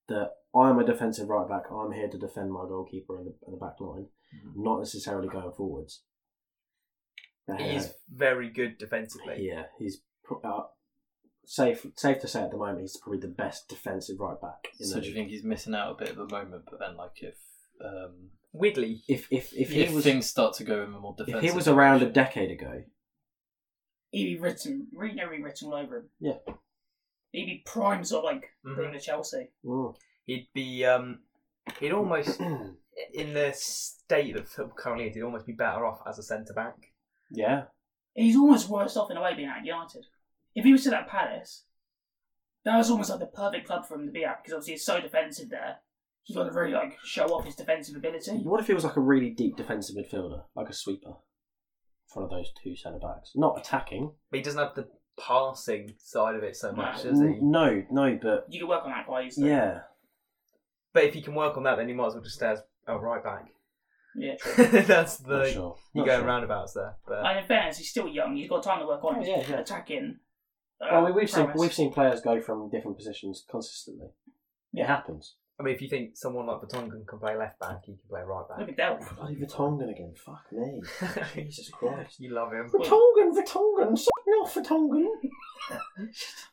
That I'm a defensive right back. I'm here to defend my goalkeeper in the, in the back line, Mm-hmm. not necessarily going forwards. Uh, He's very good defensively. yeah, he's pro- uh, safe safe to say at the moment he's probably the best defensive right back. In So the do you league. think he's missing out a bit at the moment? But then, like, if um, Wiggly. if if if if, he was things start to go in a more if defensive, he was around a direction- decade ago, He'd be written, really rewritten all over him. Yeah. He'd be prime sort of like Mhm. going to Chelsea. mm, He'd be um he'd almost in the state that football currently is, he'd almost be better off as a centre back. [clears throat] yeah, He's almost worse off in a way being at United. If he was still at Palace, that was almost like the perfect club for him to be at because obviously he's so defensive there. He's got to really like show off his defensive ability. What if he was like a really deep defensive midfielder, like a sweeper? It's one of those two centre backs. Not attacking. But he doesn't have the passing side of it so much, No. does N- he? no, no, but You could work on that quite easily. yeah. But if he can work on that then he might as well just stay as a right back. [laughs] Yeah. That's Not the sure. you Not go sure. roundabouts there. But And in fairness, he's still young. He's got time to work on Uh, Oh, his yeah, yeah. attacking. Uh, Well, we, we've seen prowess. we've seen players go from different positions consistently. It happens. I mean if you think someone like Vertonghen can play left back, he can play right Look back. at Delph. Bloody Vertonghen again. Fuck [laughs] me. Jesus Christ. you love him. Vertonghen, Vertonghen, suck me off, Vertonghen.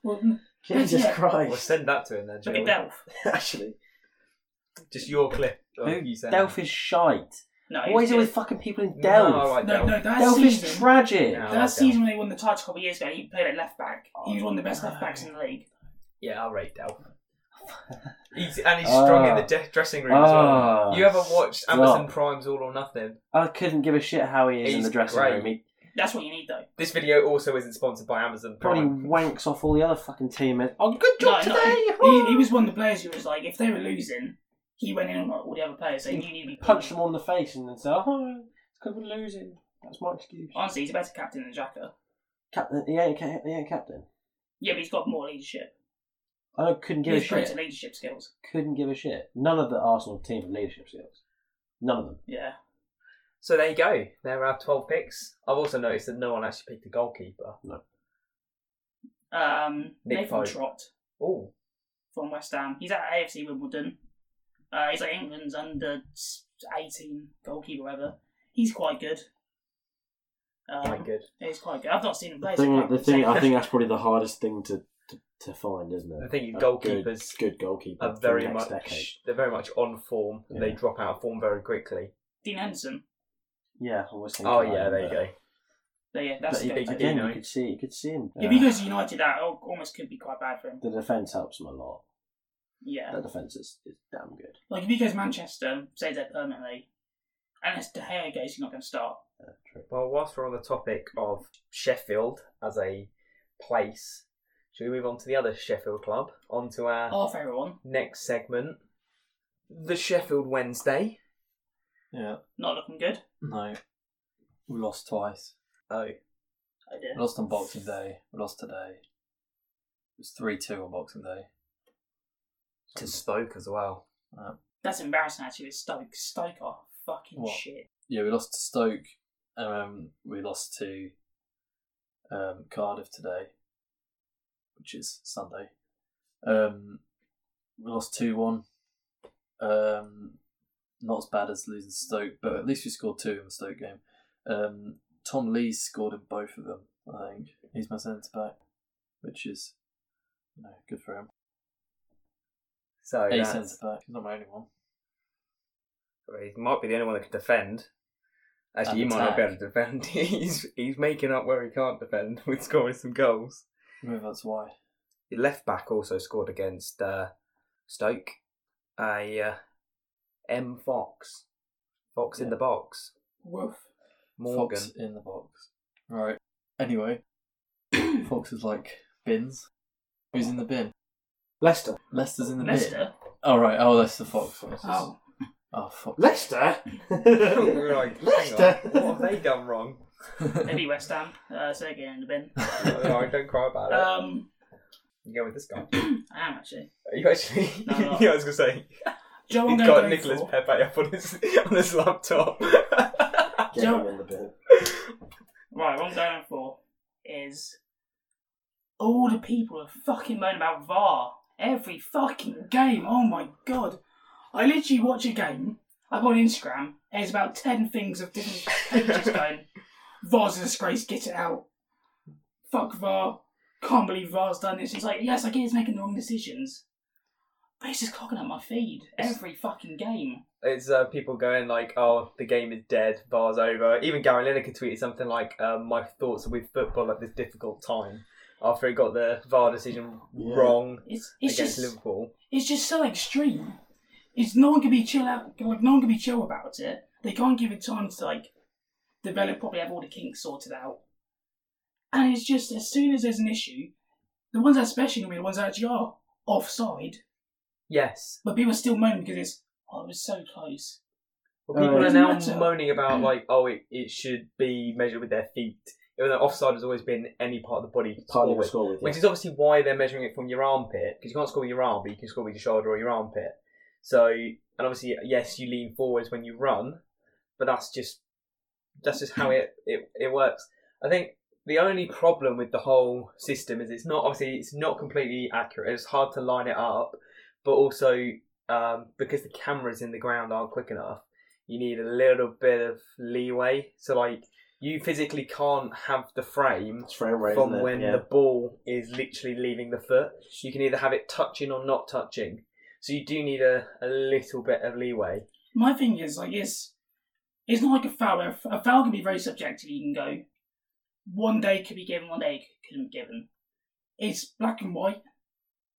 Well, n- Jesus Yeah. We'll Christ. send that to him then, look at Joey. Delph. [laughs] Actually, Just your clip. of Who? you saying Delph is shite. No, Why is it good. with fucking people in that. Delph? No, I like No, Delph. no, that Delph is season. tragic. No, I That like season when they won the title a couple of years ago, he played at left back. He was one of the best left backs in the league. Yeah, I'll rate [laughs] Delph. He's, and he's strong in the Ah. de- dressing room as well. Ah. You haven't watched Amazon Stop. Prime's All or Nothing? I couldn't give a shit how he is in He's the dressing great. room. He That's what you need, though. This video also isn't sponsored by Amazon probably Prime. wanks off all the other fucking teammates. Oh, good job No, no, today! He, he was one of the players who was like, if they were losing, he went in on all the other players, saying, you need to be Punch them all in the face and then say, "Oh, it's because we're losing." That's my excuse. Honestly, he's a better captain than Xhaka. Captain, he ain't, ca- he ain't captain. Yeah, but he's got more leadership. I don't- couldn't give a He's great shit. at leadership skills. Couldn't give a shit. None of the Arsenal team have leadership skills. None of them. Yeah. So there you go. There are 12 picks. I've also noticed that no one actually picked a goalkeeper. Um, Nick Nathan Pope. Trott Oh, from West Ham. He's at AFC Wimbledon. Uh, he's like England's under 18 goalkeeper, whatever. He's quite good. Um, Uh, my good. yeah, He's quite good. I've not seen him play. The so I thing, can't the thing, say. I think that's probably the hardest thing to, to, to find, isn't it? The thing is, A goalkeepers good, good goalkeeper, Are for very the much next decade. they're very much on form. They Yeah. drop out of form very quickly. Dean Henderson. Yeah, I always think Oh about yeah, him, there you but- go. There, yeah, that's But he- the he- guy. Again, You know. you could see, you could see him. If he goes to United, that al- almost could be quite bad for him. the defense helps him a lot. Yeah. That defense is, is damn good. Like, if he goes to Manchester, stays there permanently, unless De Gea goes, he's not going to start. Yeah, true. Well, whilst we're on the topic of Sheffield as a place, should we move on to the other Sheffield club? On to our Half everyone. next segment, the Sheffield Wednesday. Yeah, Not looking good. no. We lost twice. Oh, I did. We lost on Boxing Day. We lost today. It was 3 2 on Boxing Day. to Stoke as well. That's embarrassing, actually, with Stoke. Stoke are fucking What? shit. Yeah, we lost to Stoke. Um, we lost to um, Cardiff today, which is Sunday. Um, we lost 2 1. Um, not as bad as losing to Stoke, but at least we scored two in the Stoke game. Um, Tom Lee scored in both of them, I think. He's my centre back, which is you know, good for him. So a that's- centre back, he's not my only one. he might be the only one that can defend. Actually, And you might not be able attack. to defend. [laughs] he's he's making up where he can't defend [laughs] with scoring some goals. Maybe that's why. The left back also scored against uh, Stoke. A uh, M Fox, Fox in Yeah. the box. Woof. Morgan. Fox in the box. Right. Anyway, [coughs] Fox is like bins. Who's in the bin? Leicester. Leicester's in the bin. Leicester. Oh right. Oh, that's the Fox. one. It's just- Oh. Oh fuck. [laughs] Leicester? [laughs] We're like, [laughs] hang on, Leicester. [laughs] what have they done wrong? [laughs] Maybe West Ham. Uh, so they're getting in the bin. No, don't cry about it. Um, you go with this guy. [laughs] I am, actually. Are you actually? No, no. [laughs] yeah, I was gonna say Joe, I'm going he's to got go Nicholas for. Pepe up on his [laughs] on his laptop. [laughs] Get him in the bin. Right, what I'm going for is all the people are fucking moaning about VAR every fucking game. Oh my god. I literally watch a game, I go on Instagram, and there's about 10 things of different pages going, VAR's a disgrace, get it out. Fuck VAR. Can't believe VAR's done this. It's like, yes, I get it's making the wrong decisions. But it's just clogging up my feed every fucking game. It's uh, people going like, "Oh, the game is dead, bar's over." Even Gary Lineker tweeted something like, um, "My thoughts are with football at this difficult time." After it got the VAR decision Yeah. wrong It's, it's against just. Liverpool, It's just so extreme. It's no one can be chill out. Like no one can be chill about it. They can't give it time to like develop. Probably have all the kinks sorted out. And it's just as soon as there's an issue, the ones that are especially gonna be the ones that actually are offside. yes. But people are still moaning because it's oh, it was so close. Well, people Uh, are now Doesn't matter. [clears throat] moaning about like, "Oh, it, it should be measured with their feet," even though offside has always been any part of the body. to Partly score will with. score with Which you. is obviously why they're measuring it from your armpit, because you can't score with your arm, but you can score with your shoulder or your armpit. So, and obviously, yes, you lean forwards when you run, but that's just that's [clears throat] just how it it, it works. I think the only problem with the whole system is it's not obviously it's not completely accurate. It's hard to line it up, but also um, because the cameras in the ground aren't quick enough, you need a little bit of leeway. So, like you physically can't have the frame It's frame rate, from isn't it? when yeah. the ball is literally leaving the foot. You can either have it touching or not touching. So you do need a, a little bit of leeway. My thing is like it's it's not like a foul. where A foul can be very subjective. You can go one day could be given, one day couldn't be given. It's black and white.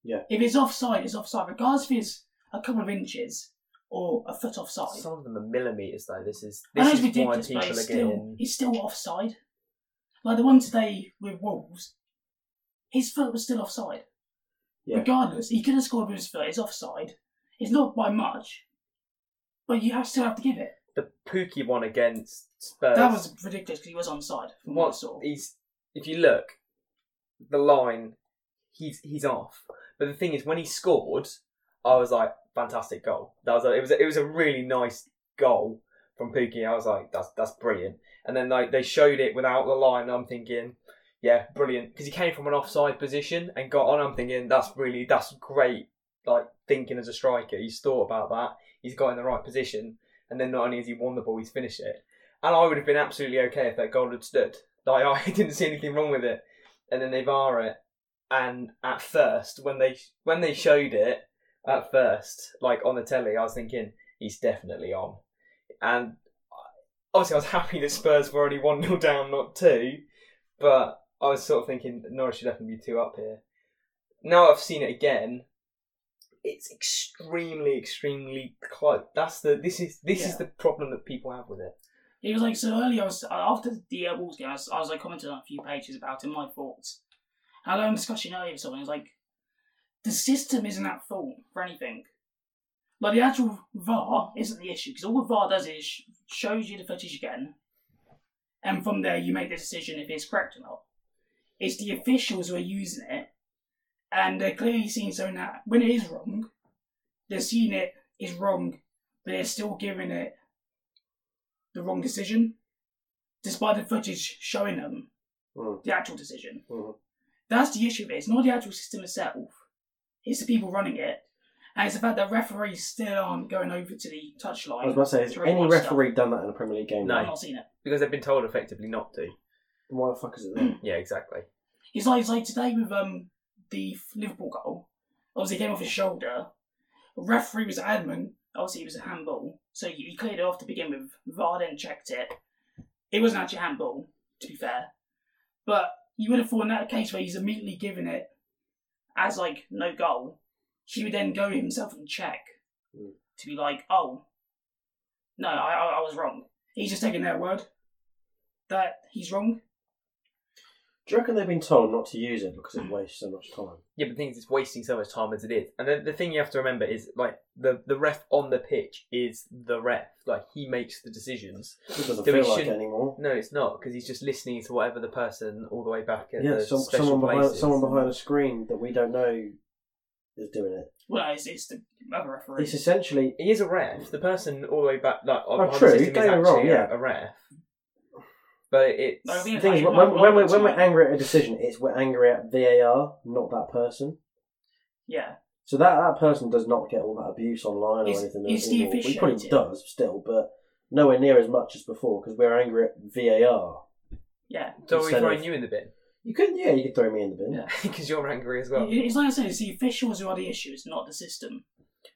Yeah. If it's offside, it's offside, regardless if it's a couple of inches or a foot offside. Some of them are millimeters though. This is I know this it's is why ridiculous, people but are it's still, getting. it's still offside. Like the one today with Wolves, his foot was still offside. Yeah. Regardless, he could have scored with his foot. It's offside. It's not by much, but you have still have to give it. The Pookie one against Spurs. that was ridiculous because he was onside. From what I What's saw. he's if you look, the line, he's he's off. But the thing is, when he scored, I was like, fantastic goal. That was a, it was a, it was a really nice goal from Pookie. I was like, that's that's brilliant. And then like they showed it without the line. I'm thinking, yeah, brilliant because he came from an offside position and got on. I'm thinking that's really that's great. Like thinking as a striker, he's thought about that. He's got in the right position, and then not only has he won the ball, he's finished it. And I would have been absolutely okay if that goal had stood. Like [laughs] I didn't see anything wrong with it. And then they var it. And at first, when they when they showed it, at first, like on the telly, I was thinking he's definitely on. And uh, obviously, I was [laughs] happy that Spurs were only one 0 down, not two. But I was sort of thinking Norwich should definitely be two up here. Now I've seen it again. It's extremely, extremely close. That's the this is this Yeah. is the problem that people have with it. It was like so early. I was after the uh, Wolves game. I was, I was like commenting on a few pages about it, my thoughts. And I had a discussion earlier with someone. It was like the system isn't at fault for anything. Like the actual VAR isn't the issue because all the VAR does is sh- shows you the footage again, and from there you make the decision if it's correct or not. It's the officials who are using it, and they're clearly seeing something that when it is wrong, they're seeing it is wrong, but they're still giving it the wrong decision, despite the footage showing them Mm. the actual decision. Mhm. That's the issue of it. It's not the actual system itself, it's the people running it. And it's the fact that referees still aren't going over to the touchline. I was about to say, has to any rewatch stuff. referee done that in a Premier League game? No. I've not seen it. because they've been told effectively not to. Why the fuck is it then? Yeah, exactly. It's like, it's like today with um the Liverpool goal. Obviously, it came off his shoulder. The referee was adamant. Obviously, it was a handball. So he he cleared it off to begin with. VAR then checked it. It wasn't actually a handball, to be fair. But you would have thought in that case where he's immediately given it as, like, no goal, he would then go himself and check Mm. to be like, oh, no, I, I, I was wrong. He's just taking their word that he's wrong. Do you reckon they've been told not to use it because it wastes so much time? Yeah, but the thing is, it's wasting so much time as it is. And then the thing you have to remember is like the the ref on the pitch is the ref. Like he makes the decisions. It doesn't Then we feel like it shouldn't- anymore. No, it's not because he's just listening to whatever the person all the way back at Yeah, the some, special someone behind places. someone behind a screen that we don't know is doing it. Well, no, it's, it's the other referee. It's essentially He is a ref. The person all the way back, like Oh, behind true, the system, don't is get me actually wrong, a- yeah. a ref. But it's No, I mean- the thing is when, when, when we're when we're angry at a decision, it's we're angry at VAR, not that person. yeah, So that that person does not get all that abuse online or It's- anything. it's anymore. the Well, he probably officiating. does still, but nowhere near as much as before because we're angry at VAR. yeah. so are we instead of- throwing you in the [laughs] bin You could, yeah, you could throw me in the bin. Yeah. because you're angry [laughs] as well. It- It's like I said, it's the officials who are the issue, it's not the system.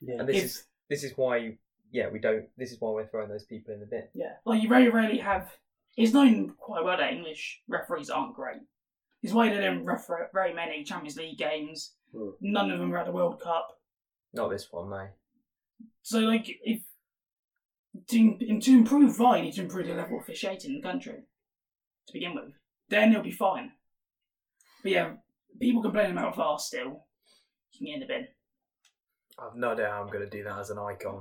Yeah. And this If- is this is why, yeah, we don't. This is why we're throwing those people in the bin. Yeah. Like, you very rarely have. It's known quite well that English referees aren't great. It's why they don't refer very many Champions League games. Hmm. None of them were at the World Cup. Not this one, no. So, like, if. To, im- to improve VAR, you need to improve the level of officiating in the country to begin with. Then it'll be fine. But yeah, people complain about VAR still. You can get in the bin. I've no idea how I'm going to do that as [clears throat] an icon.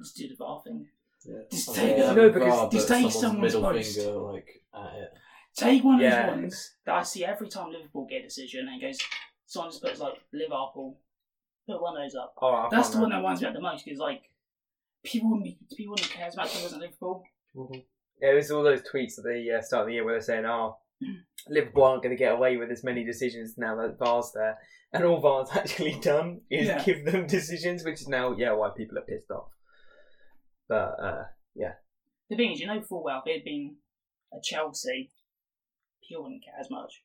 Just do the VAR thing. Yeah. Just I mean, take Oh, yeah, a- No, because but just take someone's middle post. finger like at uh, it. Take one Yeah. of those ones that I see every time Liverpool get a decision and goes, someone just puts like Liverpool, put one of those up. All right, I That's found the that. one that winds me up the most because like people wouldn't- people wouldn't care as much if it wasn't Liverpool. Yeah, it was all those tweets at the uh, start of the year where they're [clears throat] saying, "Oh, Liverpool aren't going to get away with as many decisions now that VAR's there," and all VAR's [laughs] actually done is Yeah. give them decisions, which is now yeah why people are pissed off. But uh, The thing is, you know full well if it had been at Chelsea, he wouldn't care as much.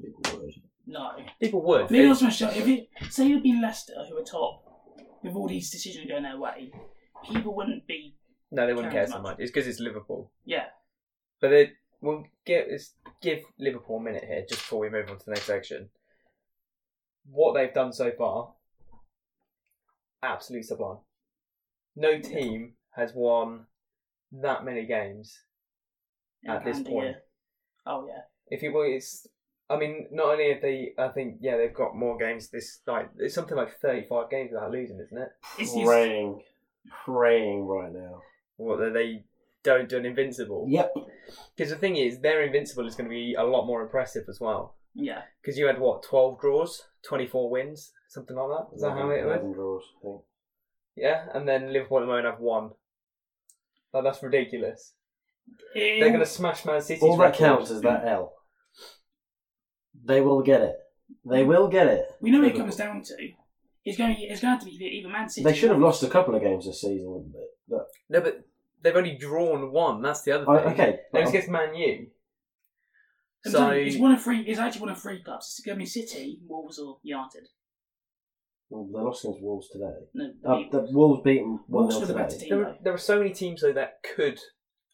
Big word. No. People would. Maybe not so much. If it, say it would be Leicester who are top with all these decisions going their way, people wouldn't be. no, they wouldn't care care as so much. much. It's because it's Liverpool. Yeah. But they we'll give let's give Liverpool a minute here just before we move on to the next section. What they've done so far, absolute sublime. No team has won that many games in At this Andy, point. yeah. Oh yeah. if you well, it's I mean, not only have they, I think, yeah, they've got more games this, like, it's something like 35 games without losing, isn't it? It's his- Praying, praying right now. What, that they don't do an invincible? Yep. Because the thing is, their invincible is going to be a lot more impressive as well. Yeah. Because you had, what, 12 draws, 24 wins, something like that? Is that how it was? Eleven draws. I think. Yeah, and then Liverpool at the moment have one. Like, that's ridiculous. In- They're going to smash Man City's All that record. counts is that L. They will get it. They will get it. we know what it comes down to. It's going. It's going to have to be either Man City. They should have lost a couple of games this season, wouldn't they? But, No, but they've only drawn one. That's the other I- thing. Oh, okay, It was well- against Man U. I'm So, telling you, it's one of three. It's actually one of three clubs. It's going to be City, Wolves, or United. well, they lost against Wolves today. No, the Uh, beat- the Wolves beaten one Wolves 0 were the today. better team. there, were, there were so many teams, though, that could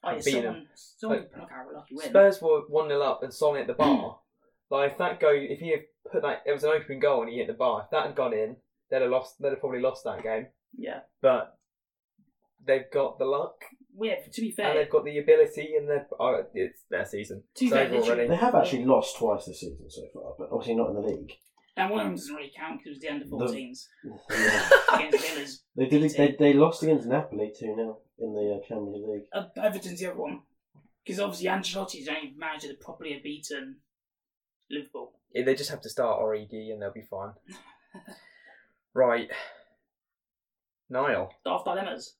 Oh, yeah, beat someone, them. someone Like, knock out a lucky win. Spurs were one 0 up and Son hit the Mm. bar. like if that go, if he had put that, it was an open goal and he hit the bar. If that had gone in, they'd have lost. They'd have probably lost that game. Yeah. But they've got the luck Yeah. To be and fair, they've got the ability and they're oh, it's their season. To be It's fair, over they should- already. They have actually lost twice this season so far, but obviously not in the [laughs] league. and one of them doesn't really count because it was the under 14s against Villa's. they did. They, they lost against Napoli two 0 in the uh, Champions League. Uh, Everton's the other one because obviously Ancelotti's the only manager that properly have beaten Liverpool. Yeah, They just have to start Origi and they'll be fine. right, Niall, Daft dilemmas.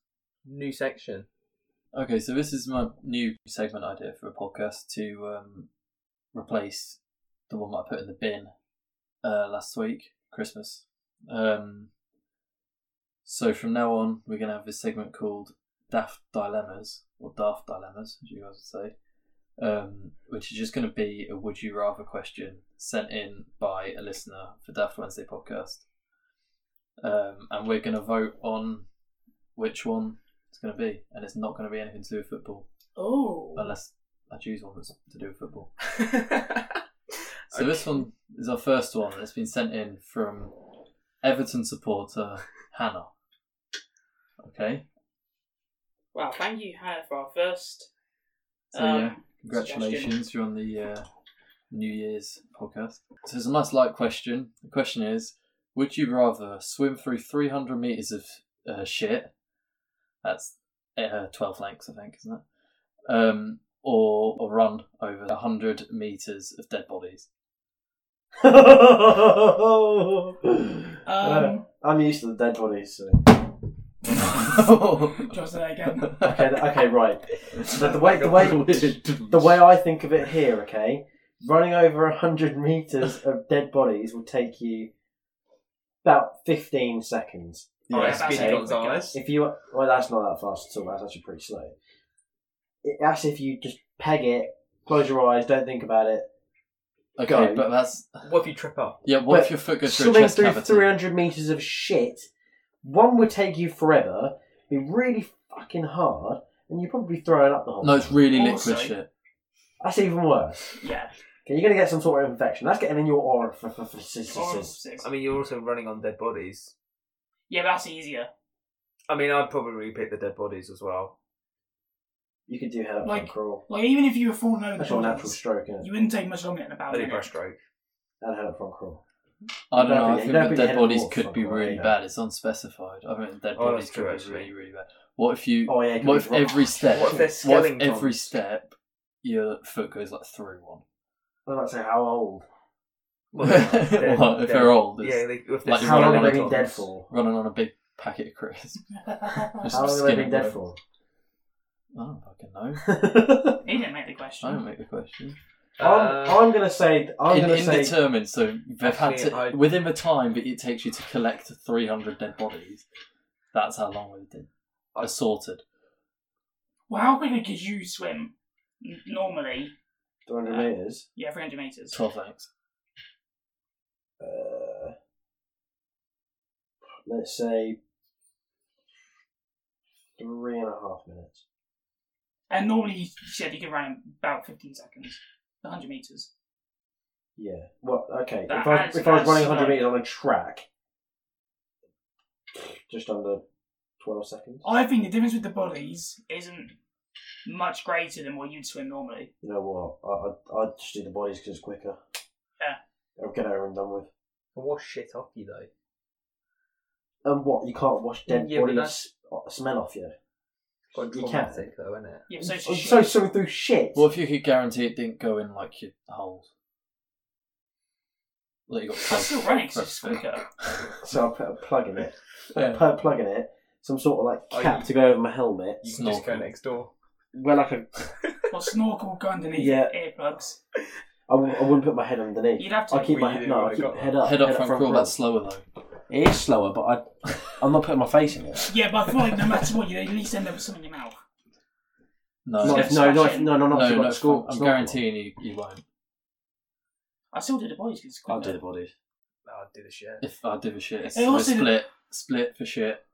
new section. Okay, so this is my new segment idea for a podcast to um, replace the one that I put in the bin uh, last week, Christmas. Um, so from now on, we're going to have this segment called Daft Dilemmas, or Daft Dilemmas, as you guys would say, um, which is just going to be a would you rather question sent in by a listener for Daft Wednesday podcast. Um, and we're going to vote on which one it's going to be, and it's not going to be anything to do with football Oh. unless I choose one that's to do with football. So Okay. this one is our first one that's been sent in from Everton supporter Hannah. Okay, Wow. Thank you, Hannah, for our first. so um, yeah, suggestion. congratulations, you're on the uh, New Year's podcast. So it's a nice light question. The question is: Would you rather swim through 300 meters of uh, shit? That's uh, 12 lengths, I think, isn't it? Um, or, or run over 100 meters of dead [laughs] bodies. [laughs] Uh, Um, I'm used to the dead bodies. So. just that again. Okay, th- okay, right. The, the way, the way, the way I think of it here, okay, running over hundred meters of dead bodies will take you about fifteen seconds. All Yeah, right, that's Oh, Speedy it. Gonzalez. If you, well, that's not that fast at all. That's actually pretty slow. It, that's if you just peg it, close your eyes, don't think about it. Okay, Go. but that's What if you trip up? yeah. What But if your foot goes through a Swimming chest through cavity? three hundred meters of shit, one would take you forever. Be really fucking hard, and you're probably throwing up the whole. No, it's really Also- liquid shit. That's even worse. [laughs] yeah. Okay, you're gonna get some sort of infection. That's getting in your orifices. Oral six. I mean, you're also running on dead bodies. Yeah, but that's easier. I mean, I'd probably pick the dead bodies as well. You could do head up Like- and crawl. Like even if you were falling over That's the your natural bodies, stroke, isn't it? you wouldn't take much longer than about I a do minute. [laughs] [laughs] breaststroke. And head up and crawl. I don't don't know. be- I you think don't the be dead heading bodies towards could be somewhere, really yeah. bad. It's unspecified. I think dead Oh, bodies that's could true, be actually. really, really bad. What if you? Oh yeah. it could What be if wrong. [laughs] every step? What if they're what if skeletons? every step your foot goes like through one? [laughs] I'm not saying how old. Well, they're- What, if they're old, it's Yeah, they, if Like they're how long have running on they a been dead for? running on a big packet of crisps. [laughs] Just How long have they skinning been dead them. for? I don't fucking know. He didn't make the question. I don't make the question. Uh, I'm, I'm gonna say. I'm In, gonna say. indeterminate, so they've had Actually, to I- within the time that it takes you to collect 300 dead bodies. That's how long we did assorted. Well, how quickly could you swim N- Normally, 200 Uh, metres. yeah, 300 metres. 12 thanks. Uh, let's say three and a half minutes. And normally, you said you can run in about 15 seconds, 100 metres. Yeah. Well, okay. That if I, adds- if I was adds running to 100 that. metres on a track, just under 12 seconds. I think the difference with the bodies isn't much greater than what you'd swim normally. You know what? I, I, I'd just do the bodies because it's quicker. Yeah. I'll get it over and done with. Wash shit off you though. And what? You can't wash dead Yeah, but bodies that's- uh, smell off you. Quite You can. traumatic though, isn't it? Yeah, so, Oh, so, so, so through shit. Well, if you could guarantee it didn't go in like your holes. That you got That's still running, 'cause it's pressed in. quicker. So I put a plug in it. Yeah. Put a plug in it. Some sort of Oh, like cap you- to go over my helmet. You can just go Snorkel. next door. Well, like a what snorkel go underneath Yeah. earplugs. I, w- I wouldn't put my head underneath. You'd have to. I keep Well, you my head, do, no, I I keep got head that. up. Head up front crawl, crawl. that's slower though. It is slower, but I, I'm not putting my face in it. Yeah, but I feel like no matter what, you at least end up with something in your mouth. No, Not no, Just if- no, no, smash if- in. no, no, not if you've no, got a score. I'm score. guaranteeing you, you won't. I still do the bodies because it's I'll quicker. do the bodies. No, I'd do the shit. If I do a shit, it's It we're also- split, split for shit.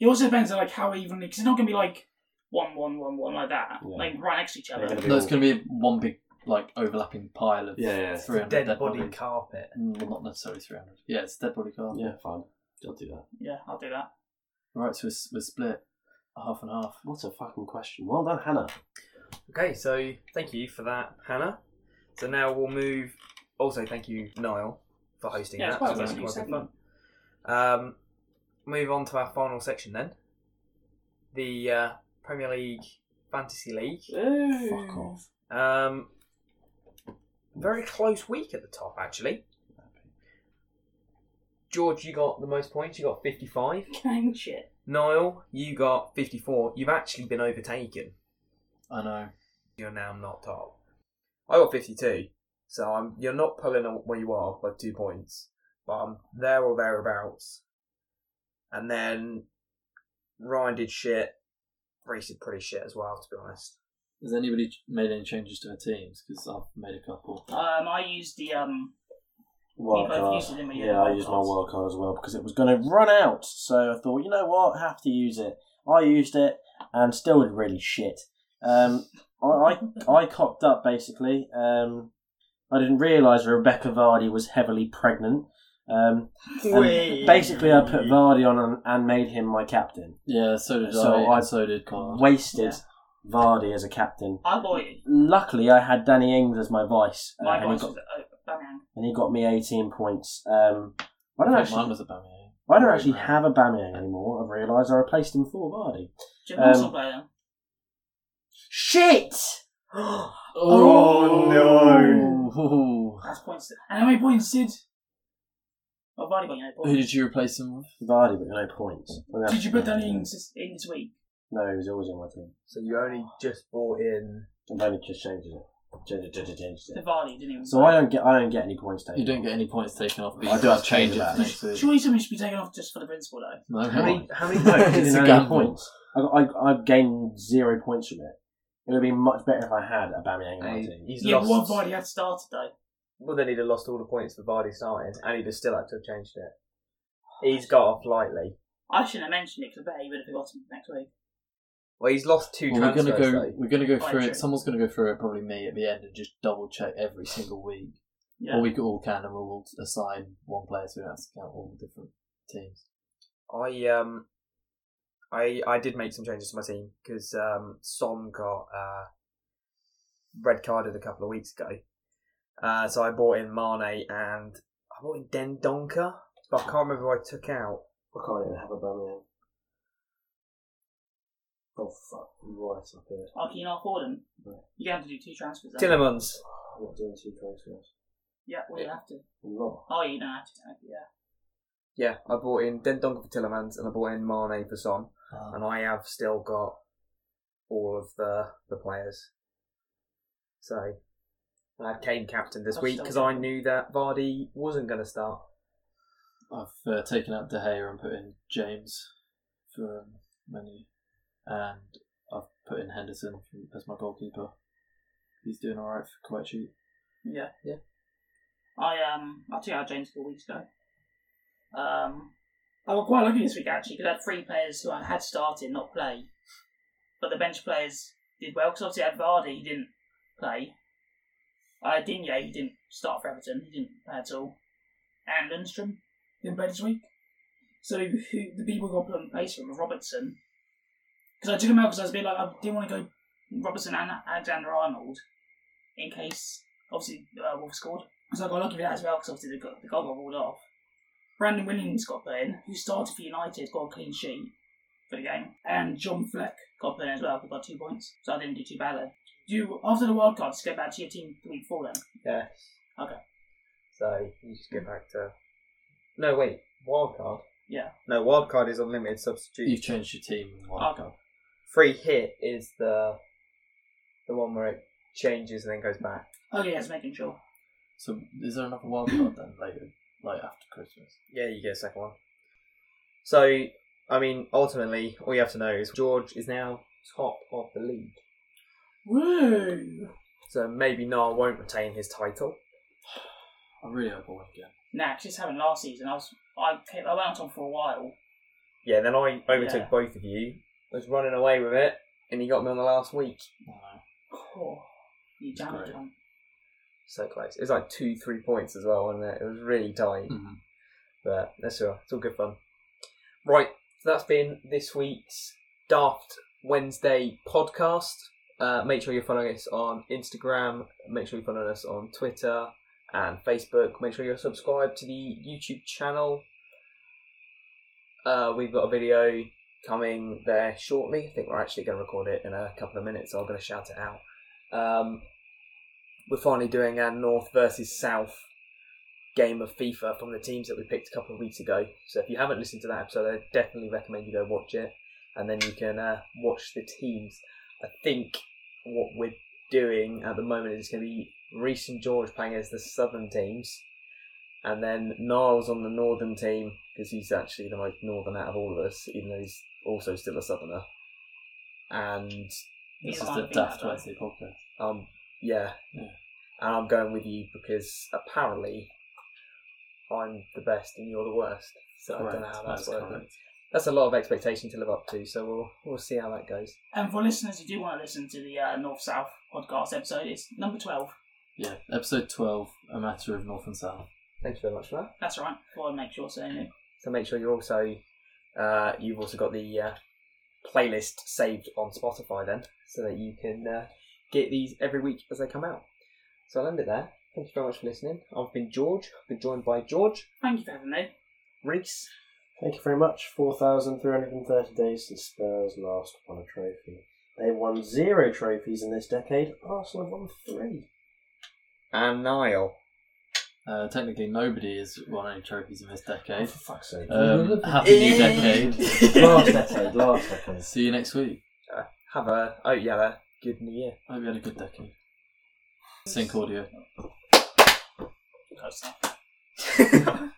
It also depends on like how evenly, because it's not gonna be like one, one, one, one like that, Yeah. like right next to each They're other. gonna be No, all- it's going to be one big like overlapping pile of Yeah, yeah. 300 Dead, dead body bodies. carpet. Mm, Well, not necessarily 300. Yeah, it's dead body card. Yeah, fine. I'll do that. Yeah, I'll do that. Right, so we're, s- we're split half and half. What a fucking question. Well done, Hannah. Okay, so thank you for that, Hannah. So now we'll move. Also, thank you, Niall, for hosting Yeah, it's that. quite a So that's good quite segment. fun. Um, move on to our final section then. The uh, Premier League Fantasy League. Fuck off. Um, very close week at the top, actually. George, you got the most points. You got fifty-five. Gang shit. Niall, you got fifty-four. You've actually been overtaken. I know. you're now not top. I got 52, so I'm you're not pulling on where you are by two points, but I'm there or thereabouts. And then Ryan did shit. Reese did pretty shit as well, to be honest. [gasps] Has anybody ch- made any changes to their teams? Because I've made a couple. Um, I used the um, Wild both card. used it, didn't we? Yeah, I used my wild card as well because it was going to run out. So I thought, you know what, have to use it. I used it and still did really shit. Um, I, I I cocked up basically. Um, I didn't realise Rebecca Vardy was heavily pregnant. Um, and basically, I put Vardy on and, and made him my captain. Yeah, so did So I. and I- so did Connor. Wasted Vardy as a captain. I bought Luckily, I had Danny Ings as my vice, uh, my and, he voice got, was uh, Batman. and he got me 18 points. Um, I don't I actually. think mine was Aubameyang. I don't actually have a Bamian anymore. I've realised I replaced him for Vardy. Jim Um, Russell player. Shit! Oh, no. Oh, Ooh. That's points. And how many points did? My body got you know, Who points. did you replace him with? Vardy, but no points. I'm gonna have Did you to- put that in this, in this week? No, he was always in my team. So you only just bought in. I've only just changed it. Changed it, changed it, changed The it. Vardy didn't even. So I don't get, I don't get any points. Taken. You don't get any points taken off. but I you do have just change to it for do that. next week. Surely something should be taken off just for the principle though. No, How why? many? How many? No, [laughs] he It's didn't a have any gamble. points. I, got- I, I gained zero points from it. It would have been much better if I had a Bamian in my Hey, team. He's yeah, but what lost. Vardy had started though. Well, then he'd have lost all the points for Vardy started, and he'd have still had to have changed it. He's got off lightly. I shouldn't have mentioned it because I bet he would have forgotten next week. Well, he's lost two Well, we're transfers. gonna go. though. We're gonna go Quite through true. it. Someone's gonna go through it. Probably me at the end and just double check every single week. Yeah. Or we could all can and we'll all assign one player so we don't have to count all the different teams. I um, I I did make some changes to my team because um, Son got uh, red carded a couple of weeks ago, uh, so I bought in Mane and I bought in Dendonka, but I can't remember who I took out. I can't even have a Bamian. Oh fuck, I'm right up here. Oh, can you not afford him? Right. You're going to have to do two transfers. Then. Tillemans. I'm not doing two transfers. Yeah, well, you have to. I'm not. Oh, you don't have to. don't you? Yeah. Yeah, I bought in Dendonka for Tillemans and I bought in Mane for Son, and I have still got all of the the players. So I had Kane captain this I've week still because got I them. knew that Vardy wasn't going to start. I've uh, taken out De Gea and put in James for um, menu, and I've put in Henderson from, as my goalkeeper. He's doing all right for quite cheap. Yeah. Yeah. I um I took out James a couple weeks ago. Um, I got quite lucky this week actually because I had three players who I had started not play, but the bench players did well because obviously I had Vardy, he didn't play. I had Digne, he didn't start for Everton, he didn't play at all, and Lundstrom didn't play this week. So who, the people who got put in place for him were Robertson because I took him out because I was a bit like I didn't want to go Robertson and Alexander Arnold in case obviously uh, Wolf scored. So I got lucky with that as well because obviously the, go- the goal got ruled off. Brandon Williams got put in, who started for United, got a clean sheet for the game, and John Fleck got put in as well, who got two points. So I didn't do too badly. Do you, after the World Cup, just go back to your team the week before then? Yeah. Okay. So you just go back to. No, wait. Wild card. Yeah. No, wild card is unlimited substitute. You've changed your team. in one Okay. go. Free hit is the the one where it changes and then goes back. Oh yeah, just making sure. So is there another wild card then later, like after Christmas? Yeah, you get a second one. So, I mean, ultimately, all you have to know is George is now top of the league. Woo! So maybe Nar won't retain his title. I really hope I win again. Nah, 'cause this happened last season. I was I came, I went on for a while. Yeah, then I overtook Yeah. both of you. Was running away with it, and he got me on the last week. I don't Oh, you damn Great. cunt. So close. It was like two, three points as well, wasn't it? It was really tight. know. But that's all. It's all good fun. Right. So that's been this week's Daft Wednesday podcast. Uh, make sure you're following us on Instagram. Make sure you're following us on Twitter and Facebook. Make sure you're subscribed to the YouTube channel. Uh, we've got a video coming there shortly. I think we're actually going to record it in a couple of minutes, so I'm going to shout it out. Um, we're finally doing our North versus South game of FIFA from the teams that we picked a couple of weeks ago. So if you haven't listened to that episode, I definitely recommend you go watch it, and then you can uh, watch the teams. I think what we're doing at the moment is going to be Reese and George playing as the Southern teams, and then Niles on the Northern team because he's actually the most Northern out of all of us, even though he's also still a Southerner. And This He's is on the the Daft Daft Wednesday podcast. um, yeah. Yeah. And I'm going with you because apparently I'm the best and you're the worst. So I don't know how that's, That's working. correct. That's a lot of expectation to live up to. So we'll we'll see how that goes. And for listeners who do want to listen to the uh, North South podcast episode, it's number 12. Yeah, episode 12, A Matter of North and South. Thank you very much for that. That's all right. Well, make sure so. anyway. So make sure you're also uh, you've also got the uh, playlist saved on Spotify then, so that you can uh, get these every week as they come out. So I'll end it there. Thank you very much for listening. I've been George. I've been joined by George, Thank you for having me. Reese, Thank you very much. 4,330 days since Spurs last won a trophy. They won zero trophies in this decade. Arsenal won three. and Niall. Uh, technically, nobody has won any trophies in this Oh, [laughs] decade. for fuck's sake. [laughs] Um, happy new decade. last decade, last decade. See you next week. uh, have a oh yeah, a good new year. Hope you had a good decade. Sync audio. Close enough.